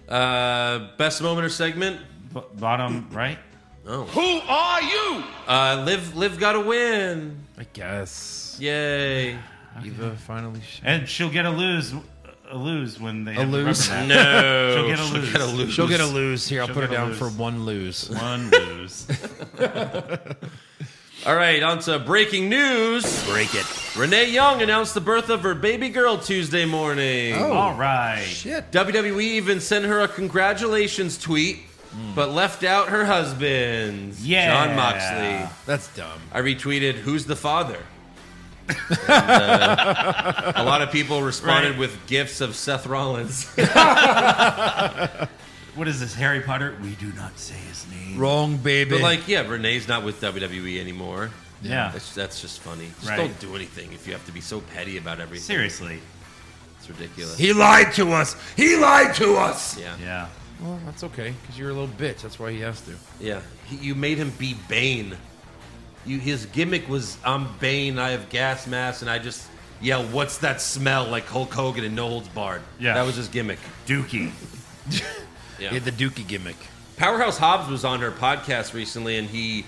S2: Uh, best moment or segment?
S3: b- bottom right?
S2: No. Who are you? Uh, Liv. Liv got a win.
S4: I guess.
S2: Yay.
S4: Eva finally. Sh-
S3: And she'll get a lose, a lose when they a have the
S4: lose?
S3: rubber match.
S2: No.
S3: She'll get a lose.
S4: She'll get a lose. Here, I'll
S3: She'll
S4: put her
S3: get a
S4: down
S3: lose.
S4: for one lose.
S3: One lose.
S2: All right, on to breaking news.
S4: Break it.
S2: Renee Young announced the birth of her baby girl Tuesday morning.
S4: Oh.
S3: All right.
S4: Shit.
S2: WWE E even sent her a congratulations tweet, but left out her husband,
S3: Hmm. Yeah.
S2: John Moxley.
S4: That's dumb.
S2: I retweeted, "Who's the father?" and, uh, a lot of people responded
S3: Right.
S2: with gifts of Seth Rollins.
S3: What is this, Harry Potter? We do not say his name.
S4: Wrong, baby.
S2: but like, yeah, Renee's not with WWE anymore.
S3: Yeah.
S2: That's, that's just funny. Just
S3: Right.
S2: don't do anything if you have to be so petty about everything.
S3: Seriously.
S2: It's ridiculous.
S4: he lied to us. He lied to us.
S2: yeah.
S3: Yeah.
S4: Well, that's okay because you're a little bitch. That's why he has to.
S2: Yeah, he, you made him be Bane. You, his gimmick was I'm Bane. I have gas mask, and I just yell, "What's that smell?" Like Hulk Hogan and No Holds Barred.
S3: Yeah.
S2: that was his gimmick.
S3: Dookie.
S2: Yeah.
S4: He had the Dookie gimmick.
S2: Powerhouse Hobbs was on her podcast recently, and he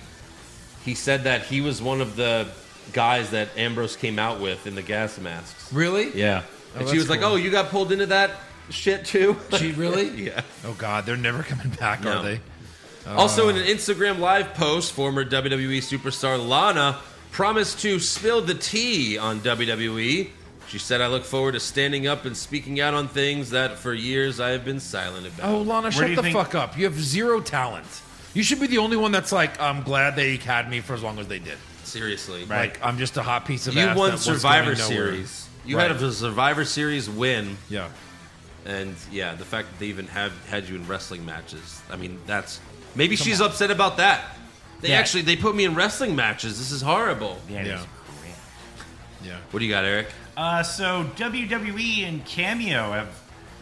S2: he said that he was one of the guys that Ambrose came out with in the gas masks.
S6: Really?
S2: Yeah, and
S4: that's
S2: she was like,
S4: cool.
S2: "Oh, you got pulled into that shit too."
S6: She really?
S2: yeah.
S4: Oh God, they're never coming back,
S2: No.
S4: are they?
S2: Also, in an Instagram live post, former WWE superstar Lana promised to spill the tea on WWE. She said, I look forward to standing up and speaking out on things that for years I have been silent about.
S4: Oh, Lana,
S3: do
S4: shut
S3: you
S4: the
S3: think-
S4: fuck up. You have zero talent. You should be the only one that's like, I'm glad they had me for as long as they did.
S2: Seriously.
S3: Right.
S4: Like, I'm just a hot piece of
S2: You
S4: ass.
S2: won
S4: that was
S2: Survivor
S4: going nowhere.
S2: Series. You
S4: Right.
S2: had a Survivor Series win,
S4: Yeah.
S2: and yeah, the fact that they even have had you in wrestling matches. I mean, that's maybe she's upset about that. They
S3: Yeah.
S2: actually they put me in wrestling matches. This is horrible.
S3: That is
S4: Yeah.
S3: great.
S4: Yeah.
S2: What do you got, Eric?
S3: Uh, so WWE and E Cameo have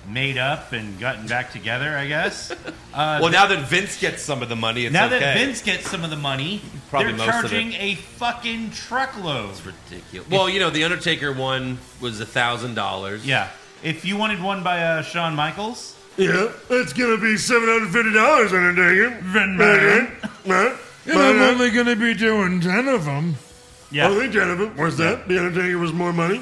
S3: made up and gotten back together, I guess. Uh,
S9: Well, now that Vince gets some of the money, it's
S3: now
S9: okay.
S3: that Vince gets some of the money,
S9: Probably
S3: they're
S9: most of it.
S3: charging a fucking truckload.
S2: Ridiculous. Well, you know, the Undertaker one was a thousand dollars.
S3: Yeah. If you wanted one by uh, Shawn Michaels,
S10: Yeah, it's gonna be seven hundred fifty dollars on a ticket.
S3: Vin Mayer.
S10: And
S4: uh,
S10: I'm only gonna be doing ten of them.
S3: yeah.
S10: Only ten of them. Where's that? The Undertaker was more money.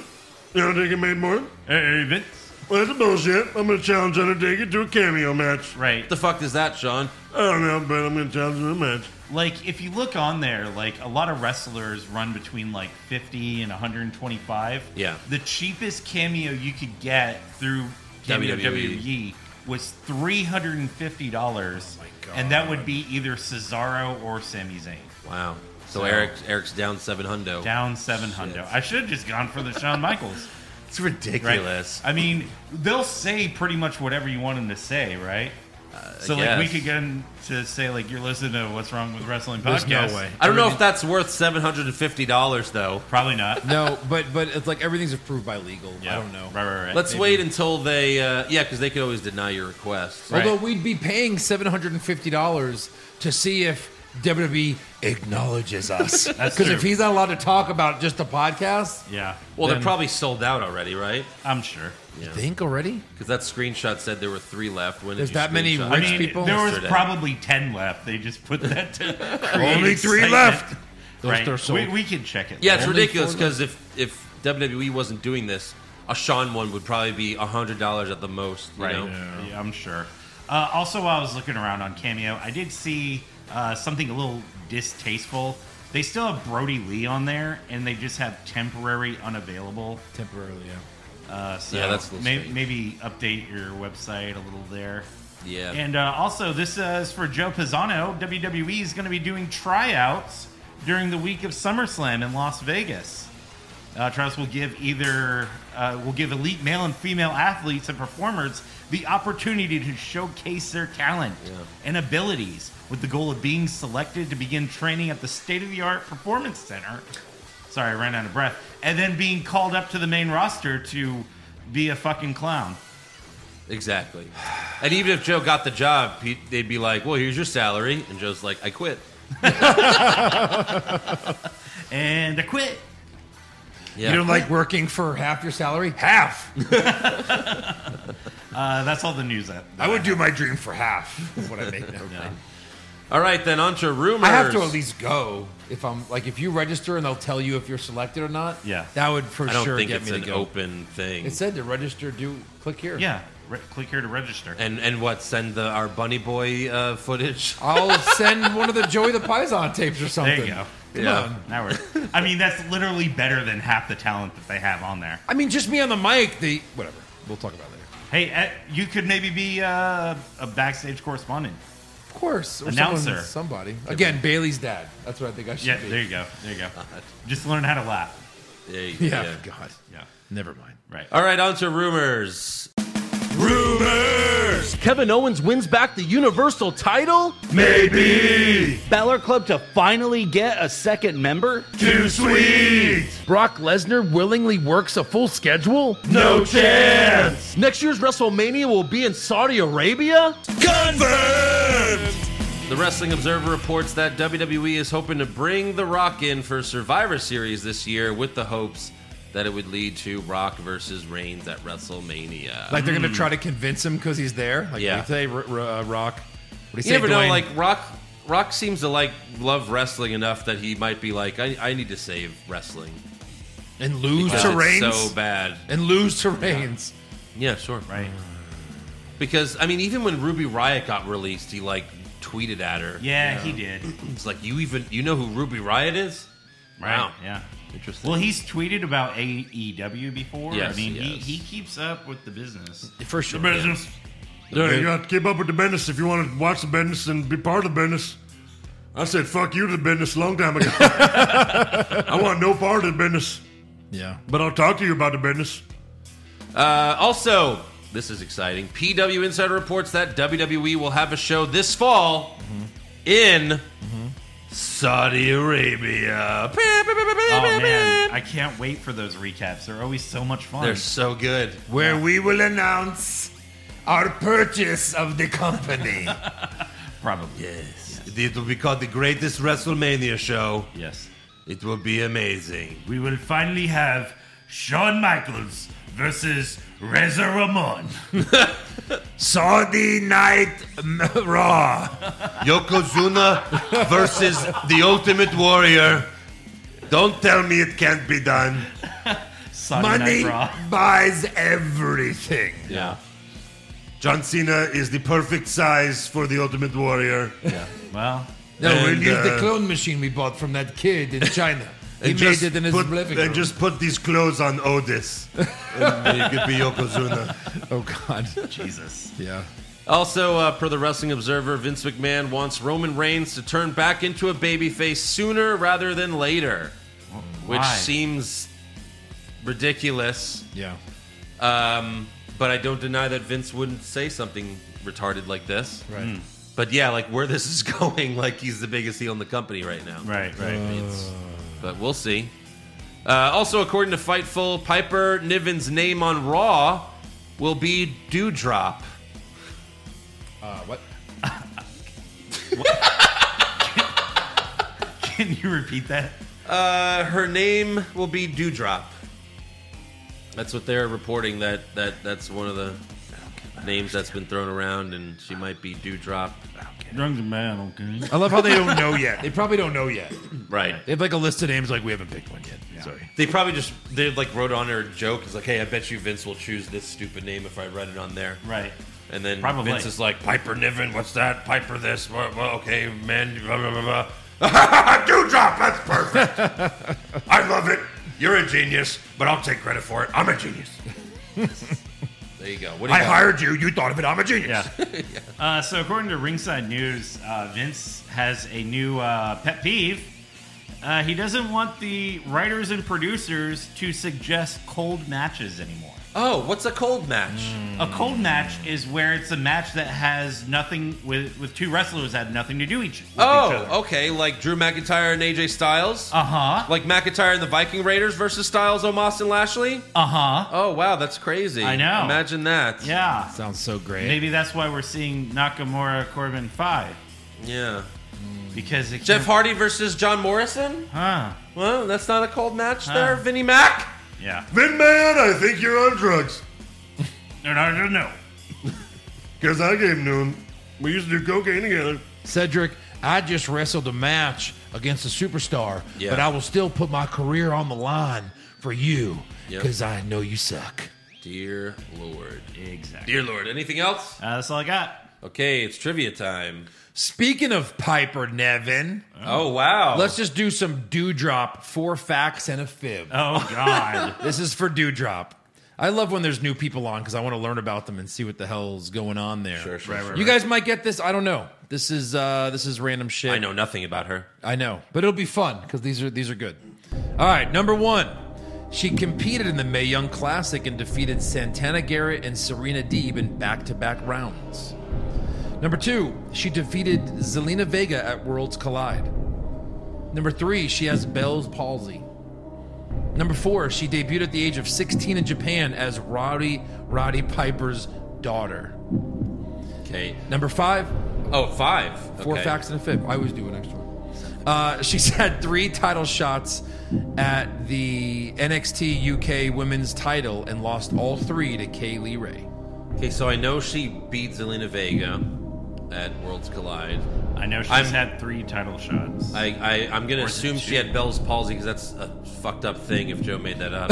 S10: The Undertaker made more.
S3: Hey, Vince.
S10: Well, that's bullshit. I'm gonna challenge Undertaker to a cameo match.
S3: Right.
S2: What the fuck is that, Sean?
S10: I don't know, but I'm gonna challenge him to a match.
S3: like if you look on there like a lot of wrestlers run between like 50 and 125
S2: Yeah.
S3: the cheapest cameo you could get through cameo
S2: WWE.
S3: WWE,
S4: E.
S3: was $350 and that would be either Cesaro or Sami Zayn
S2: Wow. So, Eric Eric's down seven hundo.
S3: down 700 I should have just gone for the Shawn Michaels
S2: It's
S3: right
S2: ridiculous.
S3: I mean they'll say pretty much whatever you want them to say right
S4: Uh,
S3: so like we
S2: guess.
S3: could get 'em to say like you're listening to what's wrong with wrestling
S4: There's no
S3: podcast
S4: way.
S2: I don't know if that's worth seven hundred and fifty dollars though.
S3: probably not
S4: No, but but it's like everything's approved by legal. I don't know.
S3: Right, right, right.
S2: Let's wait until they, uh, yeah, because they could always deny your request.
S4: Although we'd be paying seven hundred and fifty dollars to see if WWE acknowledges us. Because
S3: true.
S4: if he's not allowed to talk about just the podcast,
S3: yeah.
S2: Well,
S3: Then-
S2: they're probably sold out already, right?
S3: I'm sure.
S4: you think already
S2: Because that screenshot said there were three left. When did
S4: There's
S2: you
S4: that many
S2: screenshot?
S4: rich
S3: I mean,
S4: people.
S3: there was
S2: Yesterday.
S3: probably ten left. They just put that to create
S10: Only three
S3: excitement.
S10: left.
S4: Those
S3: right.
S4: are sold.
S3: We, we can check it.
S2: Yeah, it's
S4: Only
S2: ridiculous
S4: four
S2: because if if WWE wasn't doing this, a Sean one would probably be hundred dollars at the most. You
S3: right.
S2: Know?
S3: Yeah, I'm sure. Uh, also, while I was looking around on Cameo, I did see uh, something a little distasteful. They still have Brody Lee on there, and they just have temporary unavailable.
S4: temporarily? Yeah.
S3: Uh, so
S2: Yeah, that's a little
S3: may-
S2: strange.
S3: maybe update your website a little there.
S2: Yeah.
S3: And uh, also, this uh, is for Joe Pisano. WWE is going to be doing tryouts during the week of SummerSlam in Las Vegas. Uh, tryouts will give either uh, will give elite male and female athletes and performers the opportunity to showcase their talent and abilities, with the goal of being selected to begin training at the state-of-the-art performance center. Sorry, I ran out of breath. And then being called up to the main roster to be a fucking clown.
S2: Exactly. And even if Joe got the job, he- they'd be like, "Well, here's your salary," and Joe's like, "I quit."
S3: And I quit.
S2: Yeah.
S4: You don't like working for half your salary? Half.
S3: Uh, that's all the news that.
S4: I would do my dream for half of what I make now.
S2: All right, then on to rumors.
S4: I have to at least go if I'm like if you register and they'll tell you if you're selected or not.
S3: Yeah.
S4: that would for
S2: I don't
S4: sure
S2: think
S4: get
S2: it's
S4: me to
S2: an
S4: go.
S2: open thing.
S4: It said to register. Do click here.
S3: Yeah, re- click here to register.
S2: and and what? Send the our bunny boy uh, footage.
S4: I'll send one of the Joey the Pison tapes or something.
S3: There you go.
S4: Come
S2: Yeah.
S4: on.
S3: Now we're. I mean, that's literally better than half the talent that they have on there.
S4: I mean, just me on the mic. The whatever. We'll talk about it later.
S3: Hey, eh, you could maybe be uh, a backstage correspondent.
S4: Of course. Or
S3: Announcer.
S4: Someone, somebody. Again, Bailey's dad. That's what I think I should
S3: Yeah,
S4: be.
S3: there you go. There you go. Just learn how to laugh.
S2: There you go.
S4: yeah,
S2: yeah.
S4: God.
S3: Yeah.
S4: Never mind.
S3: Right.
S2: All right, on to rumors.
S11: Kevin Owens wins back the Universal title? Maybe. Balor Club to finally get a second member? Too sweet. Brock Lesnar willingly works a full schedule? No chance. Next year's WrestleMania will be in Saudi Arabia?
S2: The Wrestling Observer reports that WWE is hoping to bring The Rock in for Survivor Series this year with the hopes that it would lead to Rock versus Reigns at WrestleMania.
S4: Like they're gonna try to convince him because he's there. Like
S2: Hmm. Yeah.
S4: yeah. say, R- R- uh, Rock. What do
S2: you never know, like Rock Rock seems to like love wrestling enough that he might be like, I, I need to save wrestling.
S4: and lose
S2: because
S4: to
S2: it's
S4: Reigns.
S2: so bad.
S4: and lose to Reigns.
S2: Yeah, sure.
S3: Right.
S2: Because I mean, even when Ruby Riot got released, he like tweeted at her.
S3: Yeah, he did.
S2: It's like you even you know who Ruby Riot is? Wow.
S3: Yeah.
S2: Interesting.
S3: Well, he's tweeted about AEW before.
S2: Yes,
S3: I mean,
S2: he
S3: he,
S2: has.
S3: he keeps up with the business.
S4: For sure.
S10: Business. you got to keep up with the business if you want to watch the business and be part of the business. I said fuck you to the business a long time ago. I want no part of the business,
S4: Yeah.
S10: but I'll talk to you about the business.
S2: Uh, also, this is exciting. PW Insider reports that WWE will have a show this fall in Saudi Arabia.
S3: Oh man, I can't wait for those recaps. They're always so much fun.
S2: They're so good.
S4: Where we will announce our purchase of the company.
S3: Probably.
S12: Yes. It will be called the greatest WrestleMania show.
S3: Yes.
S12: It will be amazing.
S3: We will finally have Shawn Michaels versus Reza Ramon.
S4: Saudi Night Raw.
S12: Yokozuna versus the Ultimate Warrior. Don't tell me it can't be done.
S3: Sunday
S4: Money
S3: Night Raw.
S4: buys everything.
S2: Yeah.
S10: John Cena is the perfect size for the Ultimate Warrior.
S3: Well,
S4: No,
S10: And,
S4: we'll use the
S10: uh,
S4: clone machine we bought from that kid in China. he made it in his
S10: put,
S4: living room.
S10: And just put these clothes on Otis. and it could be Yokozuna.
S4: oh God.
S3: Jesus.
S4: Yeah.
S2: Also, uh, per the Wrestling Observer, Vince McMahon wants Roman Reigns to turn back into a babyface sooner rather than later, which
S3: Why?
S2: seems ridiculous.
S4: Yeah.
S2: Um, but I don't deny that Vince wouldn't say something retarded like this.
S4: Right.
S2: But yeah, like where this is going, like he's the biggest heel in the company right now.
S3: Right, right.
S2: It's- but we'll see. Uh, also, according to Fightful, Piper Niven's name on Raw will be Dewdrop.
S4: Uh, what?
S3: Can you repeat that?
S2: Uh, her name will be Dewdrop. That's what they're reporting. That that that's one of the names that's been thrown around, and she might be Dewdrop.
S3: Drunks and man, okay.
S4: I love how they don't know yet. They probably don't know yet.
S2: Right.
S4: They have like a list of names, like we haven't picked one yet. Sorry.
S2: They probably just they like wrote on her a joke. It's like, hey, I bet you Vince will choose this stupid name if I read it on there.
S3: Right.
S2: And then
S3: Probably.
S2: Vince is like, Piper Niven, what's that? Piper this? Well, well, okay, man. Blah, blah, blah, blah.
S10: Dewdrop, that's perfect. I love it. You're a genius, but I'll take credit for it. I'm a genius.
S2: There you go. What do you
S10: I
S2: got?
S10: hired you. You thought of it. I'm a genius.
S3: Yeah. Uh, so, according to Ringside News, uh, Vince has a new uh, pet peeve. Uh, he doesn't want the writers and producers to suggest cold matches anymore.
S2: Oh, what's a cold match?
S3: A cold match is where it's a match that has nothing with with two wrestlers that have nothing to do each. With each other.
S2: Oh, okay. Like Drew McIntyre and AJ Styles.
S3: Uh huh.
S2: like McIntyre and the Viking Raiders versus Styles, Omos, and Lashley.
S3: Uh huh.
S2: Oh wow, that's crazy.
S3: I know.
S2: Imagine that.
S3: Yeah.
S4: Sounds so great.
S3: Maybe that's why we're seeing Nakamura Corbin five
S2: Yeah.
S3: because it
S2: Jeff
S3: can't-
S2: Hardy versus John Morrison.
S3: Huh.
S2: Well, that's not a cold match there,
S3: Huh.
S2: Vinnie Mac.
S3: Yeah.
S10: Vin Man, I think you're on drugs.
S3: No, no, no, no.
S10: Because I gave him to him. We used to do cocaine together.
S4: Cedric, I just wrestled a match against a superstar,
S2: Yeah.
S4: but I will still put my career on the line for you
S2: Yep.
S4: because I know you suck.
S2: Dear Lord.
S3: Exactly.
S2: Dear Lord. Anything else?
S3: Uh, that's all I got.
S2: Okay, it's trivia time.
S4: Speaking of Piper Nevin,
S2: Oh wow.
S4: let's just do some dewdrop, four facts and a fib.
S3: Oh God.
S4: This is for dewdrop. I love when there's new people on because I want to learn about them and see what the hell's going on there.
S2: Sure, sure, sure.
S4: You guys might get this. I don't know. This is uh, this is random shit.
S2: I know nothing about her.
S4: I know, but it'll be fun because these are these are good. All right, number one, she competed in the May Young Classic and defeated Santana Garrett and Serena Deeb in back-to-back rounds. Number two, she defeated Zelina Vega at Worlds Collide. Number three, she has Bell's palsy. Number four, she debuted at the age of 16 in Japan as Roddy Roddy Piper's daughter.
S2: Okay.
S4: Number five,
S2: Oh, five.
S4: Four
S2: Okay.
S4: facts and a fib. I always do an extra one. Uh, she's had three title shots at the NXT UK Women's Title and lost all three to Kaylee Ray.
S2: Okay, so I know she beat Zelina Vega at Worlds Collide.
S3: I know she's
S2: I'm-
S3: had three title shots.
S2: I, I I'm gonna assume she had Bell's palsy because that's a fucked up thing if Joe made that up.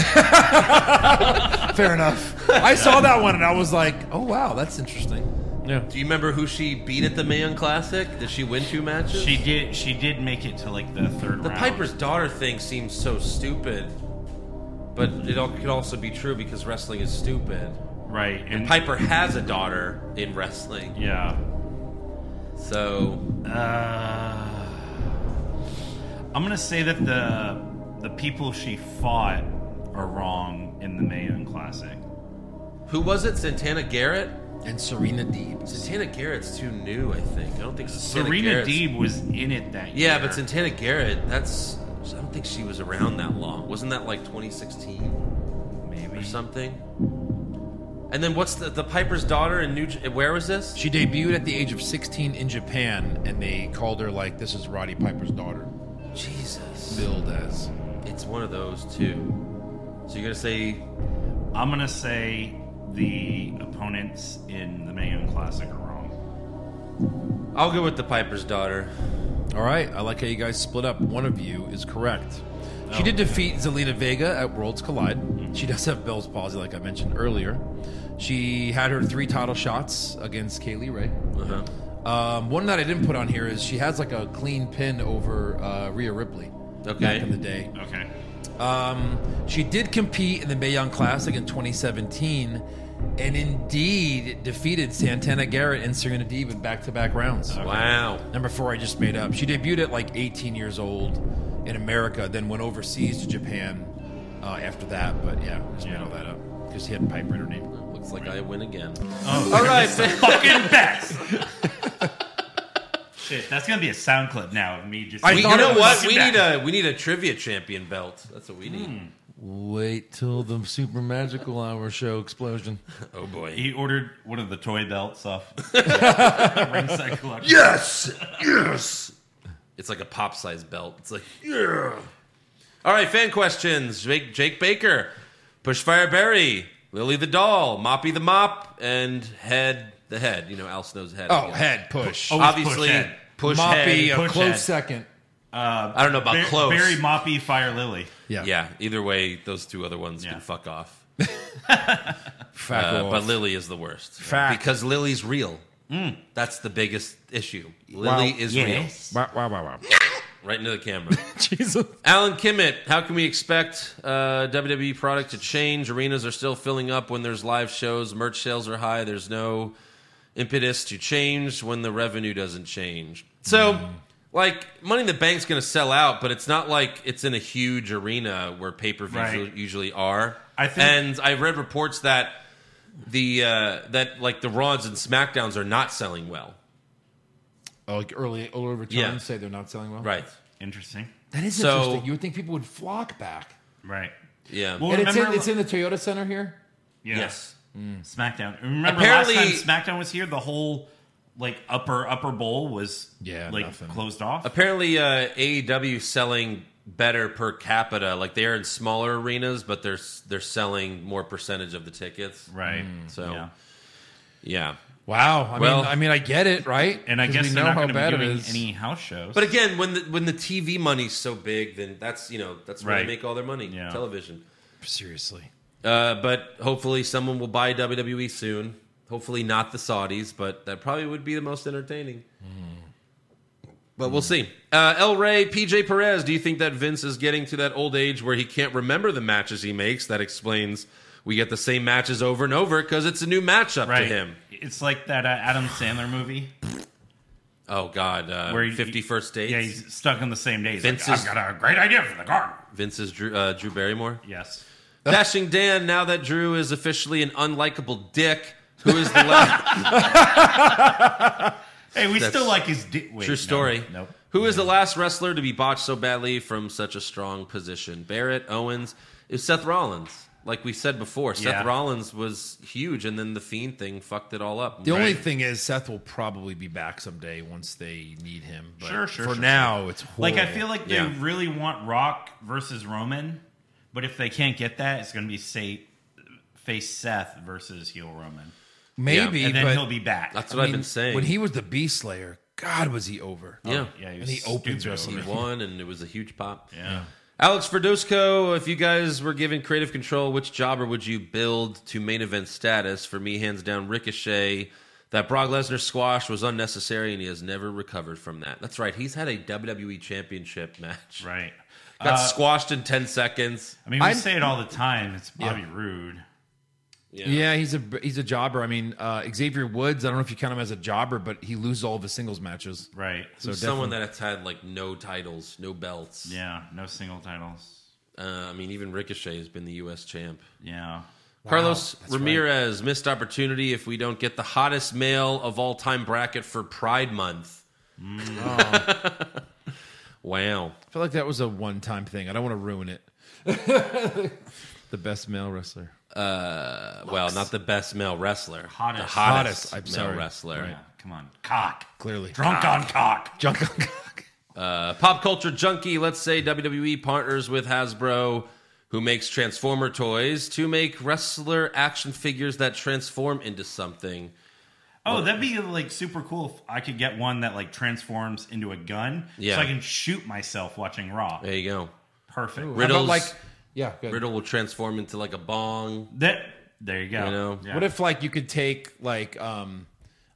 S4: Fair enough. I saw that one and I was like, oh wow, that's interesting. Yeah.
S2: Do you remember who she beat at the Mayon Classic? Did she win two matches?
S3: she did. She did make it to like the third
S2: the
S3: round.
S2: Piper's daughter thing seems so stupid, but it all, could also be true because wrestling is stupid.
S3: Right. And
S2: Piper has a daughter in wrestling,
S3: Yeah.
S2: so
S3: Uh, I'm gonna say that the the people she fought are wrong in the Mayan Classic.
S2: who was it? Santana Garrett.
S4: And Serena Deeb.
S2: Santana Garrett's too new, I think. I don't think Santana
S3: Serena
S2: Garrett's-
S3: Deeb was in it that year.
S2: Yeah, but Santana Garrett. That's I don't think she was around that long. Wasn't that like 2016
S3: maybe
S2: or something? And then what's the the Piper's daughter in New? J- Where was this?
S4: She debuted at the age of 16 in Japan, and they called her like, "This is Roddy Piper's daughter."
S2: Jesus,
S4: Billed as
S2: it's one of those too. So you're gonna say
S3: I'm gonna say the opponents in the Mayon Classic are wrong.
S2: I'll go with the Piper's daughter.
S4: All right, I like how you guys split up. One of you is correct. She did defeat Zelina Vega at Worlds Collide. She does have Bell's palsy, like I mentioned earlier. She had her three title shots against Kaylee Ray.
S2: Uh-huh.
S4: Um, one that I didn't put on here is she has like a clean pin over uh, Rhea Ripley back
S2: Okay.
S4: in the day.
S3: Okay.
S4: Um, she did compete in the Mayon Classic in 2017 and indeed defeated Santana Garrett and Serena Deeb in back to back rounds.
S2: Wow.
S4: Number four, I just made up. She debuted at like 18 years old in America, then went overseas to Japan uh, after that. But yeah, I just made all that up because she had Piper in her name.
S2: Looks like I win again.
S3: Oh.
S2: All right, fa-
S3: Fucking best. Shit, that's gonna be a sound clip now of me just.
S4: I
S2: we,
S4: thought
S2: you know
S4: it was
S2: what? We
S3: back.
S2: need a we need a trivia champion belt. That's what we need.
S3: Hmm.
S4: Wait till the Super Magical Hour show explosion.
S2: Oh boy.
S3: He ordered one of the toy belts off ringside collection.
S9: Yes! Yes!
S2: It's like a pop size belt. It's like, yeah. All right, fan questions. Jake, Jake Baker, Pushfire Berry, Lily the Doll, Moppy the Mop, and Head the Head. You know, Al Snow's head. I
S4: Oh,
S2: guess.
S4: head push.
S3: Oh,
S2: Obviously,
S3: Push Head.
S2: Push
S4: Moppy, uh,
S2: Head.
S4: a
S3: push
S4: close
S3: head.
S4: second.
S2: I don't know about
S3: Bar-
S2: close.
S3: Barry Moppy Fire Lily.
S4: Yeah.
S2: yeah, either way, those two other ones
S3: Yeah.
S2: can fuck off.
S4: Fact
S2: Uh,
S4: off.
S2: but Lily is the worst.
S4: Fact. Mm.
S2: Because Lily's real. That's the biggest issue. Lily
S4: Wow.
S2: is
S4: Wow, wow, wow, wow.
S2: real. Right into the camera.
S4: Jesus.
S2: Alan Kimmett, how can we expect uh, WWE product to change? Arenas are still filling up when there's live shows, merch sales are high, there's no impetus to change when the revenue doesn't change. So,
S3: Hmm.
S2: like, Money in the Bank's going to sell out, but it's not like it's in a huge arena where pay per views
S3: Right.
S2: usually are.
S3: I think-
S2: and I read reports that the uh, that like the Raws and Smackdowns are not selling well.
S4: Oh, like early, early returns
S2: Yeah.
S4: say they're not selling well.
S2: Right.
S3: Interesting.
S4: That is
S2: So-
S4: interesting. You would think people would flock back.
S3: Right.
S2: Yeah.
S3: Well,
S4: And it's in,
S3: remember-
S4: it's in the Toyota Center here.
S3: Yeah.
S2: yes.
S3: SmackDown. Remember
S2: Apparently-
S3: last time SmackDown was here, the whole like upper upper bowl was
S4: Yeah,
S3: like
S4: nothing.
S3: closed off.
S2: Apparently, uh, AEW selling better per capita. Like they are in smaller arenas, but they're they're selling more percentage of the tickets.
S3: Right.
S4: Mm,
S2: So
S3: Yeah.
S2: yeah,
S4: Wow. I
S2: Well-
S4: mean, I mean, I get it, right?
S3: And I
S4: 'Cause
S3: guess
S4: we
S3: they're
S4: know
S3: not
S4: how
S3: going to
S4: bad
S3: be
S4: it
S3: doing
S4: is.
S3: any house shows.
S2: but again, when the when the TV money's so big, then that's you know that's where
S3: Right.
S2: they make all their money.
S3: Yeah.
S2: Television.
S4: Seriously.
S2: Uh, but hopefully, someone will buy WWE soon. Hopefully, not the Saudis, but that probably would be the most entertaining. But we'll see. Uh, El Rey, PJ Perez, do you think that Vince is getting to that old age where he can't remember the matches he makes? That explains we get the same matches over and over because it's a new matchup
S3: right.
S2: to him.
S3: It's like that uh, Adam Sandler movie
S2: Oh, God. Uh,
S3: where he,
S2: 51st Dates.
S3: Yeah, he's stuck on the same day. He's
S2: Vince
S3: like,
S2: is-
S3: I've got a great idea for the garden.
S2: Vince's Drew, uh, Drew Barrymore.
S3: Yes.
S2: Dashing Dan, now that Drew is officially an unlikable dick, who is the last.
S3: Hey, we
S2: That's-
S3: still like his. Di- Wait,
S2: True
S3: no,
S2: story.
S3: Nope.
S2: Who is the last wrestler to be botched so badly from such a strong position? Barrett, Owens, is Seth Rollins. Like we said before,
S3: Yeah.
S2: Seth Rollins was huge, and then the Fiend thing fucked it all up.
S4: The only
S3: Right.
S4: thing is, Seth will probably be back someday once they need him. But
S3: Sure, sure,
S4: For
S3: sure,
S4: now, it's
S3: Like
S4: horrible.
S3: I feel like they
S2: Yeah.
S3: really want Rock versus Roman, but if they can't get that, it's going to be say, face Seth versus heel Roman,
S4: maybe,
S3: and then
S4: but
S3: he'll be back.
S2: That's
S4: I
S2: what I have
S4: mean,
S2: been saying.
S4: when he was the Beast Slayer, God, was he over?
S2: yeah.
S3: yeah,
S4: and he opens
S2: he
S4: wrestling.
S2: won, and it was a huge pop.
S3: Yeah.
S2: Alex Verduzco, if you guys were given creative control, which jobber would you build to main event status? For me, hands down, Ricochet. That Brock Lesnar squash was unnecessary, and he has never recovered from that. That's right. He's had a WWE Championship match.
S3: Right.
S2: Got
S3: Uh,
S2: squashed in 10 seconds.
S3: I mean, we
S4: I'm-
S3: say it all the time. It's Bobby Roode.
S4: Yeah, he's a he's a jobber. I mean, uh, Xavier Woods. I don't know if you count him as a jobber, but he loses all of his singles matches.
S3: Right.
S4: So
S2: Someone that has had like no titles, no belts.
S3: Yeah. No single titles.
S2: Uh, I mean, even Ricochet has been the U.S. champ.
S3: Yeah.
S2: Carlos Ramirez missed opportunity if we don't get the hottest male of all time bracket for Pride Month. wow.
S4: I feel like that was a one time thing. I don't want to ruin it. the best male wrestler.
S2: Uh, well, not the best male wrestler.
S3: Hottest.
S2: The hottest,
S4: Hottest, I'm
S2: male
S4: sorry.
S2: wrestler.
S3: Yeah, come on, cock.
S4: Clearly.
S3: drunk on cock.
S4: Junk on cock.
S2: Uh, pop culture junkie, let's say WWE partners with Hasbro, who makes Transformer toys, to make wrestler action figures that transform into something.
S3: Oh, that'd be like super cool if I could get one that like transforms into a gun,
S2: Yeah.
S3: so I can shoot myself watching Raw.
S2: There you go.
S3: Perfect.
S4: How
S2: Riddles,
S4: about, like, yeah. Good.
S2: Riddle will transform into like a bong.
S3: That there you go.
S2: You know?
S3: Yeah.
S4: What if like you could take like um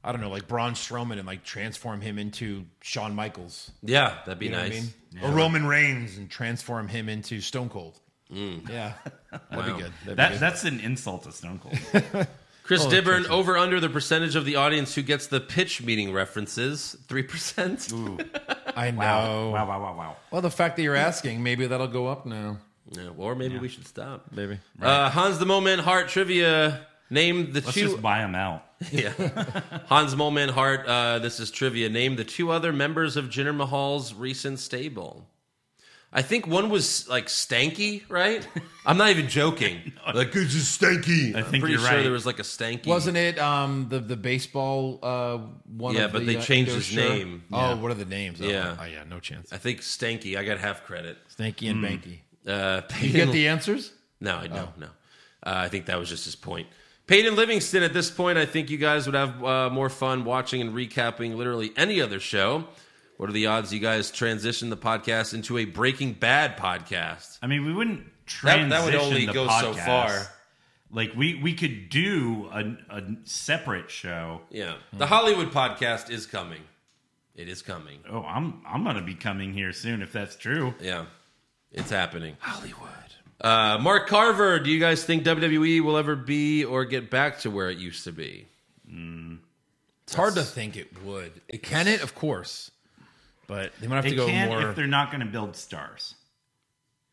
S4: I don't know like Braun Strowman and like transform him into Shawn Michaels?
S2: Yeah, that'd be
S4: You know
S2: nice.
S4: what I mean? Or Roman Reigns and transform him into Stone Cold.
S2: Mm.
S4: Yeah, that'd
S2: Wow.
S4: be good. That'd be
S3: that
S4: good.
S3: that's an insult to Stone Cold?
S2: Chris Dibburn, over under the percentage of the audience who gets the pitch meeting references, 3%.
S4: I know.
S3: wow, wow, wow, wow.
S4: Well, the fact that you're asking, maybe that'll go up now.
S2: Yeah, or maybe we should stop.
S4: Maybe.
S2: Uh, Hans the Moment Hart trivia. Name the
S3: Let's
S2: two.
S3: just buy them out.
S2: Hans Moment Hart. Uh, this is trivia. Name the two other members of Jinder Mahal's recent stable. I think one was like Stanky, right? I'm not even joking. like,
S9: It's just stanky.
S3: I
S2: I'm
S3: think
S2: pretty
S3: you're
S2: sure
S3: right.
S2: there was like a Stanky.
S4: Wasn't it um the the baseball uh one?
S2: Yeah,
S4: of
S2: but
S4: the,
S2: they
S4: uh,
S2: changed his
S4: Indo-Sure?
S2: name.
S4: Oh, what are the names? Oh,
S2: Yeah.
S4: oh yeah, no chance.
S2: I think Stanky. I got half credit.
S4: Stanky and Banky.
S2: Uh,
S4: You get the Oh. answers?
S2: No, I don't. No, uh, I think that was just his point. Peyton Livingston. At this point, I think you guys would have uh, more fun watching and recapping literally any other show. What are the odds you guys transition the podcast into a Breaking Bad podcast?
S3: I mean, we wouldn't
S2: That-
S3: transition
S2: that would only
S3: the
S2: go so
S3: podcast.
S2: far.
S3: Like we we could do a, a separate show.
S2: Yeah, the Hollywood podcast is coming. It is coming.
S3: Oh, I'm I'm gonna be coming here soon if that's true.
S2: Yeah, it's happening. Hollywood. Uh, Mark Carver. Do you guys think WWE will ever be or get back to where it used to be?
S3: Mm.
S4: It's hard to think it would. It can it, of course, but they might have to
S3: They
S4: go
S3: can
S4: more.
S3: if they're not gonna build stars.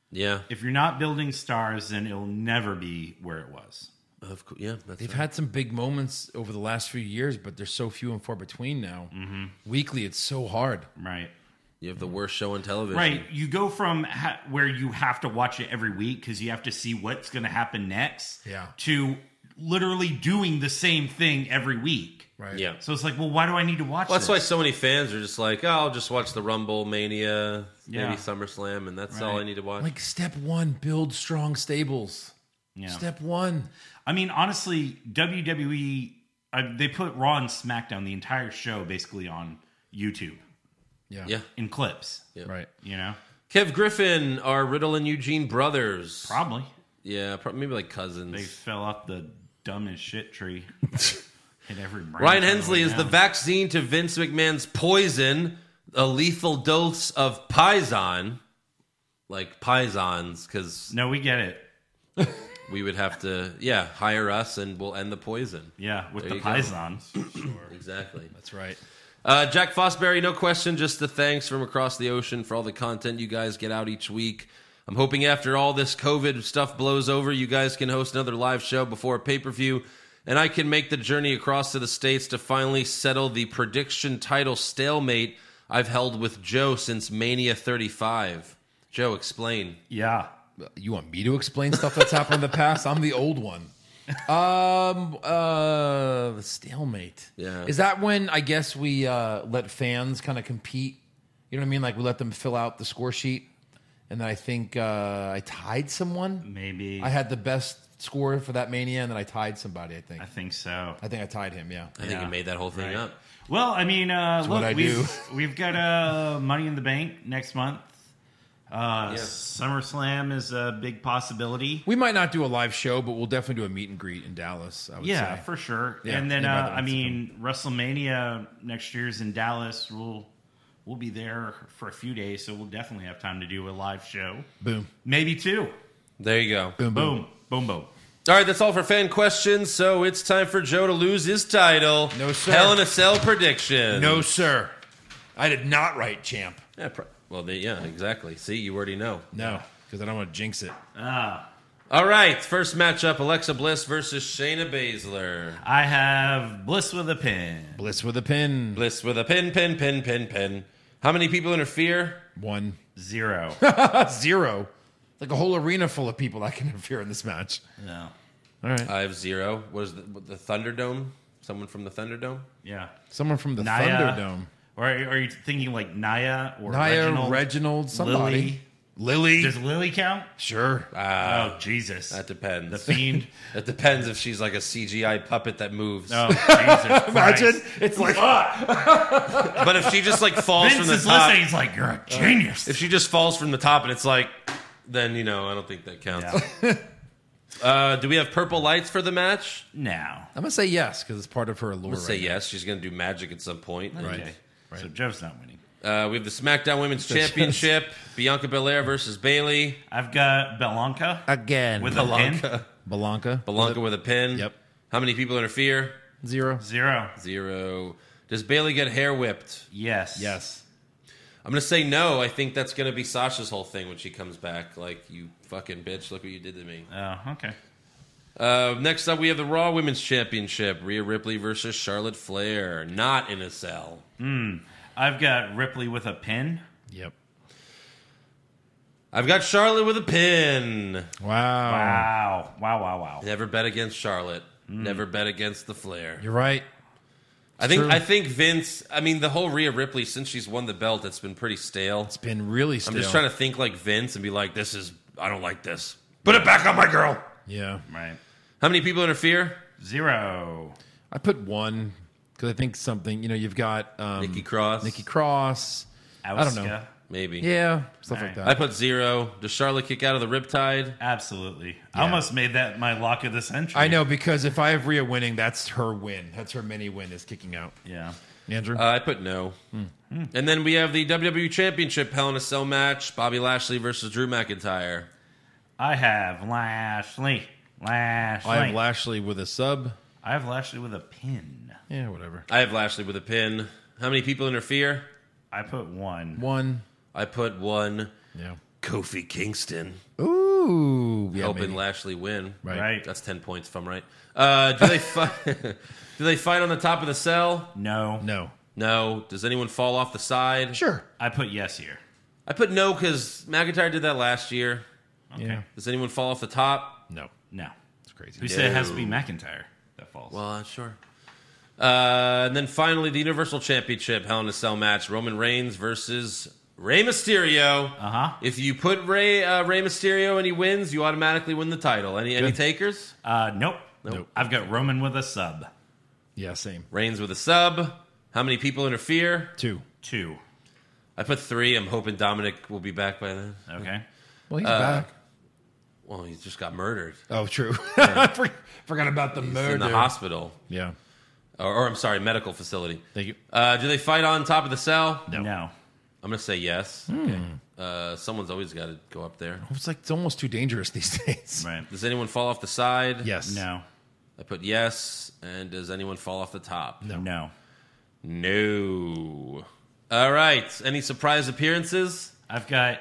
S2: Yeah,
S3: If you're not building stars, then it'll never be where it was.
S2: of course. Yeah, that's
S4: They've
S2: right.
S4: had some big moments over the last few years, but they're so few and far between now.
S2: Mm-hmm.
S4: Weekly, it's so hard.
S3: Right.
S2: you have the worst show on television.
S3: Right. You go from ha- where you have to watch it every week because you have to see what's going to happen next
S4: Yeah.
S3: to literally doing the same thing every week.
S4: Right.
S2: Yeah.
S3: So it's like, well, why do I need to watch
S2: Well, that's why
S3: this?
S2: so many fans are just like, oh, I'll just watch the Rumble, Mania,
S3: Yeah.
S2: maybe SummerSlam, and that's all
S3: Right.
S2: I need to watch.
S4: Like step one, build strong stables.
S3: Yeah.
S4: Step one.
S3: I mean, honestly, WWE, uh, they put Raw and SmackDown, the entire show, basically on YouTube
S4: Yeah.
S2: yeah.
S3: in clips,
S4: Right.
S3: you know?
S2: Kev Griffin are Riddle and Eugene brothers.
S3: Probably.
S2: yeah, pro- maybe like cousins.
S3: They fell off the dumbest shit tree. Hit every branch
S2: Ryan
S3: on
S2: Hensley
S3: way
S2: is the
S3: down.
S2: vaccine to Vince McMahon's poison, a lethal dose of Pison. Like Pisons, because
S3: No, we get it.
S2: we would have to, yeah, hire us and we'll end the poison.
S3: Yeah, with
S2: There
S3: the
S2: you go.
S3: Pison.
S2: Exactly.
S4: That's right.
S2: Uh, Jack Fosberry, no question, just the thanks from across the ocean for all the content you guys get out each week. I'm hoping after all this COVID stuff blows over, you guys can host another live show before a pay per view, and I can make the journey across to the States to finally settle the prediction title stalemate I've held with Joe since Mania 35. Joe, explain.
S3: Yeah.
S4: You want me to explain stuff that's happened in the past? I'm the old one. Um uh the stalemate.
S2: Yeah.
S4: Is that when I guess we uh let fans kind of compete? You know what I mean? Like we let them fill out the score sheet. And then I think uh I tied someone.
S3: Maybe.
S4: I had the best score for that mania, and then I tied somebody. I think.
S3: I think so.
S4: I think I tied him. Yeah.
S2: I think you made that whole thing
S3: Right.
S2: up.
S3: Well, I mean, uh, look,
S4: what I
S3: we've, we've got uh, Money in the Bank next month. Uh,
S2: Yeah.
S3: SummerSlam is a big possibility.
S4: We might not do a live show, but we'll definitely do a meet and greet in Dallas. I would
S3: Yeah,
S4: say.
S3: for sure.
S4: Yeah,
S3: and then,
S4: yeah, by
S3: uh,
S4: the way,
S3: I
S4: it's
S3: mean, WrestleMania next year's in Dallas. We'll we'll be there for a few days, so we'll definitely have time to do a live show.
S4: boom,
S3: Maybe two.
S2: There you go.
S4: boom, boom.
S3: Boom, boom, boom.
S2: All right, that's all for fan questions. So it's time for Joe to lose his title.
S4: No, sir.
S2: Hell in a Cell prediction.
S4: No, sir. I did not write champ.
S2: Yeah, pro- well, they, yeah, exactly. See, you already know.
S4: No, because I don't want to jinx it.
S2: All right, first matchup: Alexa Bliss versus Shayna Baszler.
S3: I have Bliss with a pin.
S4: Bliss with a pin.
S2: Bliss with a pin, pin, pin, pin, pin. How many people interfere?
S4: One
S3: Zero.
S4: zero. Like a whole arena full of people that can interfere in this match.
S3: no.
S6: All right.
S2: I have zero. What is the, what, the Thunderdome? Someone from the Thunderdome?
S3: Yeah.
S6: Someone from the
S3: Naya.
S6: Thunderdome.
S3: Or are you thinking like Naya or
S6: Naya,
S3: Reginald?
S6: Reginald, somebody. Lily.
S3: Lily. Does Lily count?
S6: sure.
S2: Ah,
S3: oh, Jesus.
S2: that depends.
S3: The Fiend.
S2: It depends if she's like a CGI puppet that moves.
S3: Oh, Jesus.
S6: Imagine.
S3: Christ.
S6: It's like,
S2: But if she just like falls
S3: Vince
S2: from the
S3: is
S2: top,
S3: listening. He's like, you're a genius.
S2: if she just falls from the top and it's like, then you know, I don't think that counts.
S3: Yeah.
S2: Uh, do we have purple lights for the match?
S3: now.
S4: I'm gonna say yes because it's part of her allure.
S2: Let's say
S4: right
S2: yes. She's going to do magic at some point.
S4: Right.
S3: Okay. So Jeff's not winning.
S2: Uh, we have the SmackDown Women's Championship: Bianca Belair versus Bailey.
S3: I've got Belanca
S4: Again.
S3: with a pin.
S4: Balanca.
S2: Belanca with a pin.
S4: Yep.
S2: How many people interfere?
S4: Zero.
S3: Zero.
S2: Zero. Does Bailey get hair whipped?
S3: Yes.
S4: Yes.
S2: I'm gonna say no. I think that's gonna be Sasha's whole thing when she comes back. Like you fucking bitch, look what you did to me.
S3: Oh, okay.
S2: Uh, next up, we have the Raw Women's Championship: Rhea Ripley versus Charlotte Flair. Not in a cell.
S3: I've got Ripley with a pin.
S4: Yep.
S2: I've got Charlotte with a pin.
S4: Wow.
S3: Wow. Wow, wow, wow.
S2: Never bet against Charlotte. Never bet against the Flair.
S4: Hmm. You're right.
S2: I think
S4: true.
S2: I think Vince. I mean, the whole Rhea Ripley since she's won the belt, it's been pretty stale.
S4: It's been really. Stale.
S2: I'm just trying to think like Vince and be like, "This is I don't like this."
S9: Put it back on my girl.
S4: Yeah.
S3: Right.
S2: How many people interfere?
S3: Zero.
S4: I put one because I think something. You know, you've got um,
S2: Nikki Cross.
S4: Nikki Cross.
S3: Auska.
S4: I don't know.
S2: Maybe.
S4: Yeah, stuff
S3: All
S4: like
S3: right.
S4: that.
S2: I put zero. Does Charlotte kick out of the Riptide?
S3: Absolutely. I almost made that my lock of the century.
S4: I know because if I have Rhea winning, that's her win. That's her mini win is kicking out.
S3: Yeah.
S4: Andrew,
S2: Uh, I put no.
S4: Hmm.
S2: And then we have the WWE Championship Hell in a Cell match: Bobby Lashley versus Drew McIntyre.
S3: I have Lashley. Lashley.
S4: I have Lashley with a sub.
S3: I have Lashley with a pin.
S4: Yeah, whatever.
S2: I have Lashley with a pin. How many people interfere?
S3: I put one.
S4: One.
S2: I put one.
S4: Yeah.
S2: Kofi Kingston
S4: Ooh. Yeah,
S2: helping
S4: maybe.
S2: Lashley win.
S4: Right.
S3: Right.
S2: That's ten points if I'm right. Uh, do they fight? do they fight on the top of the cell?
S3: No.
S4: No.
S2: No. Does anyone fall off the side?
S4: Sure.
S3: I put yes here.
S2: I put no because McIntyre did that last year.
S4: Yeah.
S2: Does anyone fall off the top?
S4: No.
S3: No.
S4: It's crazy.
S3: Who said it has to be McIntyre that falls?
S2: Well, uh, sure. Uh, and then finally, the Universal Championship Hell in a Cell match: Roman Reigns versus Rey Mysterio.
S3: uh huh.
S2: If you put Rey uh, Rey Mysterio and he wins, you automatically win the title. Any any takers?
S3: Uh, nope.
S4: Nope.
S3: I've got Roman with a sub.
S4: Yeah. Same.
S2: Reigns with a sub. How many people interfere?
S4: Two.
S3: Two.
S2: I put three. I'm hoping Dominic will be back by then.
S3: Okay.
S4: Well, he's
S2: Uh,
S4: back.
S2: Well, he just got murdered
S4: Oh, true. I for- forgot about the
S2: He's
S4: murder.
S2: in the hospital,
S4: yeah.
S2: or, or I'm sorry, medical facility.
S4: Thank you.
S2: Uh, do they fight on top of the cell?
S4: No.
S3: No.
S2: I'm gonna say yes.
S3: Hmm.
S2: Uh, someone's always got to go up there.
S4: Oh, It's like it's almost too dangerous these days.
S3: Right.
S2: Does anyone fall off the side?
S4: Yes.
S3: No.
S2: I put yes. And does anyone fall off the top?
S3: No. No.
S2: No. All right. Any surprise appearances?
S3: I've got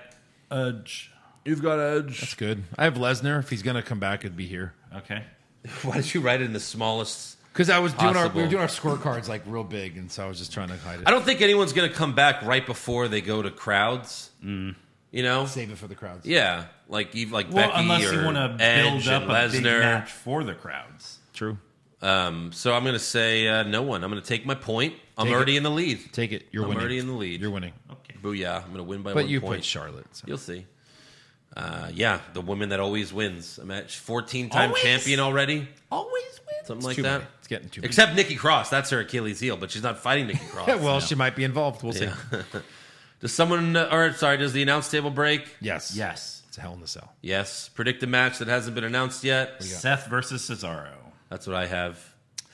S3: Edge.
S2: You've got Edge.
S4: That's good. I have Lesnar. If he's gonna come back, it'd be here.
S3: Okay.
S2: Why did you write it in the smallest?
S4: Because I was doing our we
S2: Possible.
S4: were doing our scorecards like real big, and so I was just trying to hide it.
S2: I don't think anyone's gonna come back right before they go to crowds. You know?
S4: Save it for the crowds.
S2: Yeah. Like you like
S3: Well,
S2: Becky
S3: unless
S2: or
S3: you want to
S2: Edge
S3: build up
S2: and
S3: a big
S2: Lesnar.
S3: match for the crowds.
S4: True.
S2: Um, so I'm gonna say uh, no one. I'm gonna take my point. I'm
S4: Take it.
S2: already in the lead.
S4: Take it. You're
S2: I'm
S4: winning.
S2: already in the lead.
S4: You're winning.
S3: Okay.
S2: Booyah. I'm going to win by
S4: But
S2: one
S4: you
S2: point.
S4: put Charlotte. so-
S2: You'll see. Uh, yeah, the woman that always wins. A match 14 time
S3: Always?
S2: champion already.
S3: Always wins.
S2: Something like
S4: too
S2: that.
S4: many. It's getting too many.
S2: Except Nikki Cross. That's her Achilles heel, but she's not fighting Nikki Cross.
S4: Yeah, well, she might be involved. We'll see.
S2: does someone, uh, or sorry, does the announce table break?
S4: Yes.
S3: Yes.
S4: It's a hell in the cell.
S2: Yes. Predict a match that hasn't been announced yet.
S3: Seth versus Cesaro.
S2: That's what I have.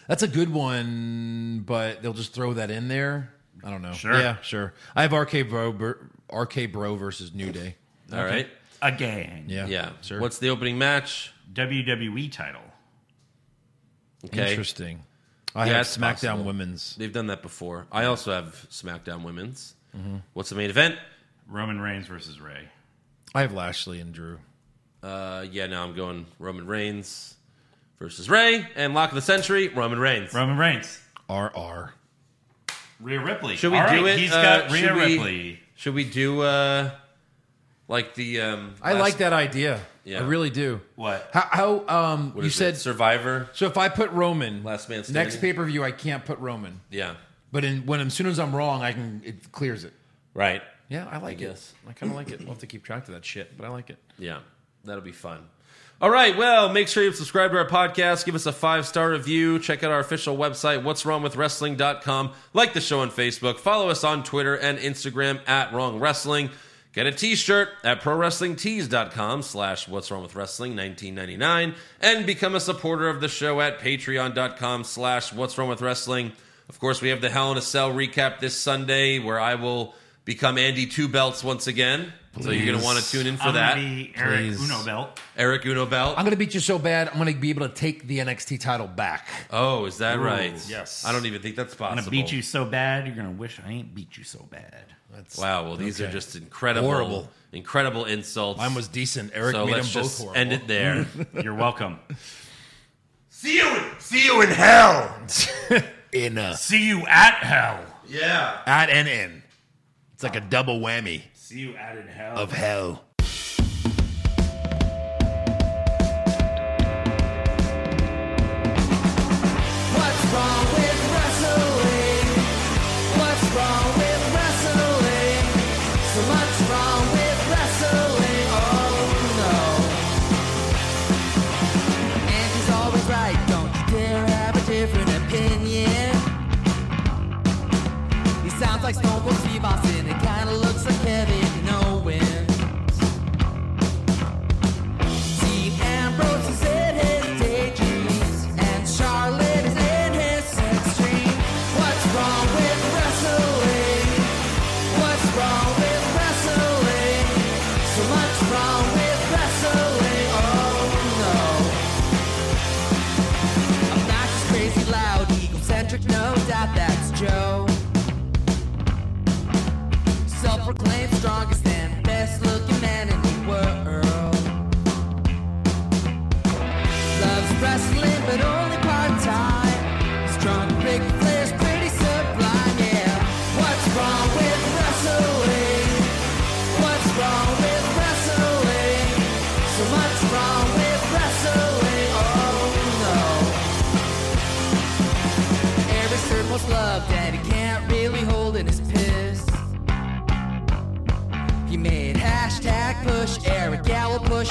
S4: That's a good one, but they'll just throw that in there. I don't know.
S3: Sure.
S4: Yeah, sure. I have RK Bro, ver- RK Bro versus New Day.
S2: All right.
S3: Again.
S4: Yeah.
S2: Yeah.
S4: Sure.
S2: What's the opening match?
S3: WWE title.
S2: Okay.
S4: interesting? I
S2: Yeah,
S4: have
S2: it's
S4: SmackDown
S2: possible.
S4: Women's.
S2: They've done that before. I also have SmackDown Women's.
S4: Mm-hmm.
S2: What's the main event?
S3: Roman Reigns versus Ray.
S4: I have Lashley and Drew.
S2: Uh, yeah, now I'm going Roman Reigns versus Ray, and lock of the century, Roman Reigns.
S3: Roman Reigns.
S4: RR.
S3: Rhea Ripley.
S2: Should we
S3: All
S2: do
S3: right,
S2: it?
S3: He's
S2: uh,
S3: got
S2: should
S3: Rhea
S2: we-
S3: Ripley.
S2: Should we do? Uh, Like the um,
S4: I
S2: last-
S4: like that idea.
S2: Yeah.
S4: I really do.
S3: What?
S4: How? how um,
S2: what
S4: you
S2: is it?
S4: said
S2: Survivor.
S4: so. If I put Roman
S2: Last Man Standing.
S4: next pay per view, I can't put Roman.
S2: Yeah,
S4: But in, when as soon as I'm wrong, I can it clears it.
S2: right.
S4: Yeah, I like
S2: guess.
S4: it. I kind of like it. We'll have to keep track of that shit, but I like it.
S2: Yeah, that'll be fun. All right, well, make sure you subscribe to our podcast. Give us a five star review. Check out our official website, what's wrong with wrestling.com. Like the show on Facebook. Follow us on Twitter and Instagram at wrong wrestling. Get a t shirt at pro wrestling tees.com slash what's wrong with wrestling 1999 and become a supporter of the show at patreon.com slash what's wrong with wrestling. Of course, we have the Hell in a Cell recap this Sunday where I will become Andy Two Belts once again. So you're going to want to tune in for
S3: I'm
S2: that.
S3: gonna be Eric
S4: please.
S3: Uno Belt.
S2: Eric Uno Belt.
S4: I'm gonna beat you so bad. I'm gonna be able to take the NXT title back.
S2: oh, is that right?
S4: yes.
S2: I don't even think that's
S3: I'm
S2: possible.
S3: gonna beat you so bad, you're gonna wish I ain't beat you so bad.
S2: Wow. Well, these are just incredible,
S4: Horrible.
S2: incredible insults.
S4: Mine was decent. Eric
S2: so
S4: made them
S2: let's
S4: both
S2: just
S4: horrible.
S2: end it there.
S3: You're welcome.
S9: See you, in, see you in hell.
S6: in
S4: uh,
S6: a
S3: See you at hell.
S9: Yeah.
S6: at and in. It's like a double whammy
S3: See you at in hell.
S6: of hell.
S5: What's wrong with wrestling? What's wrong with wrestling? So much wrong with wrestling. Oh no. And she's always right. Don't you dare have a different opinion. He sounds like Stone Cold Steve Austin. It kinda looks like Kevin Owens. Dean Ambrose is in his daydreams, and Charlotte is in his sex dream. What's wrong with wrestling? What's wrong with wrestling? So much wrong with wrestling. Oh no. Obnoxious, crazy, loud, egocentric, no doubt that's Joe. Self proclaimed strongest and best looking man in the world. Loves wrestling, but only part time. His drunk Ric Flair's pretty sublime, yeah. What's wrong with wrestling? What's wrong with wrestling? So much wrong with wrestling, oh no. Every circle's love that he can't really hold in his piss. He made hashtag push Eric Gallo push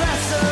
S5: wrestling. Oh,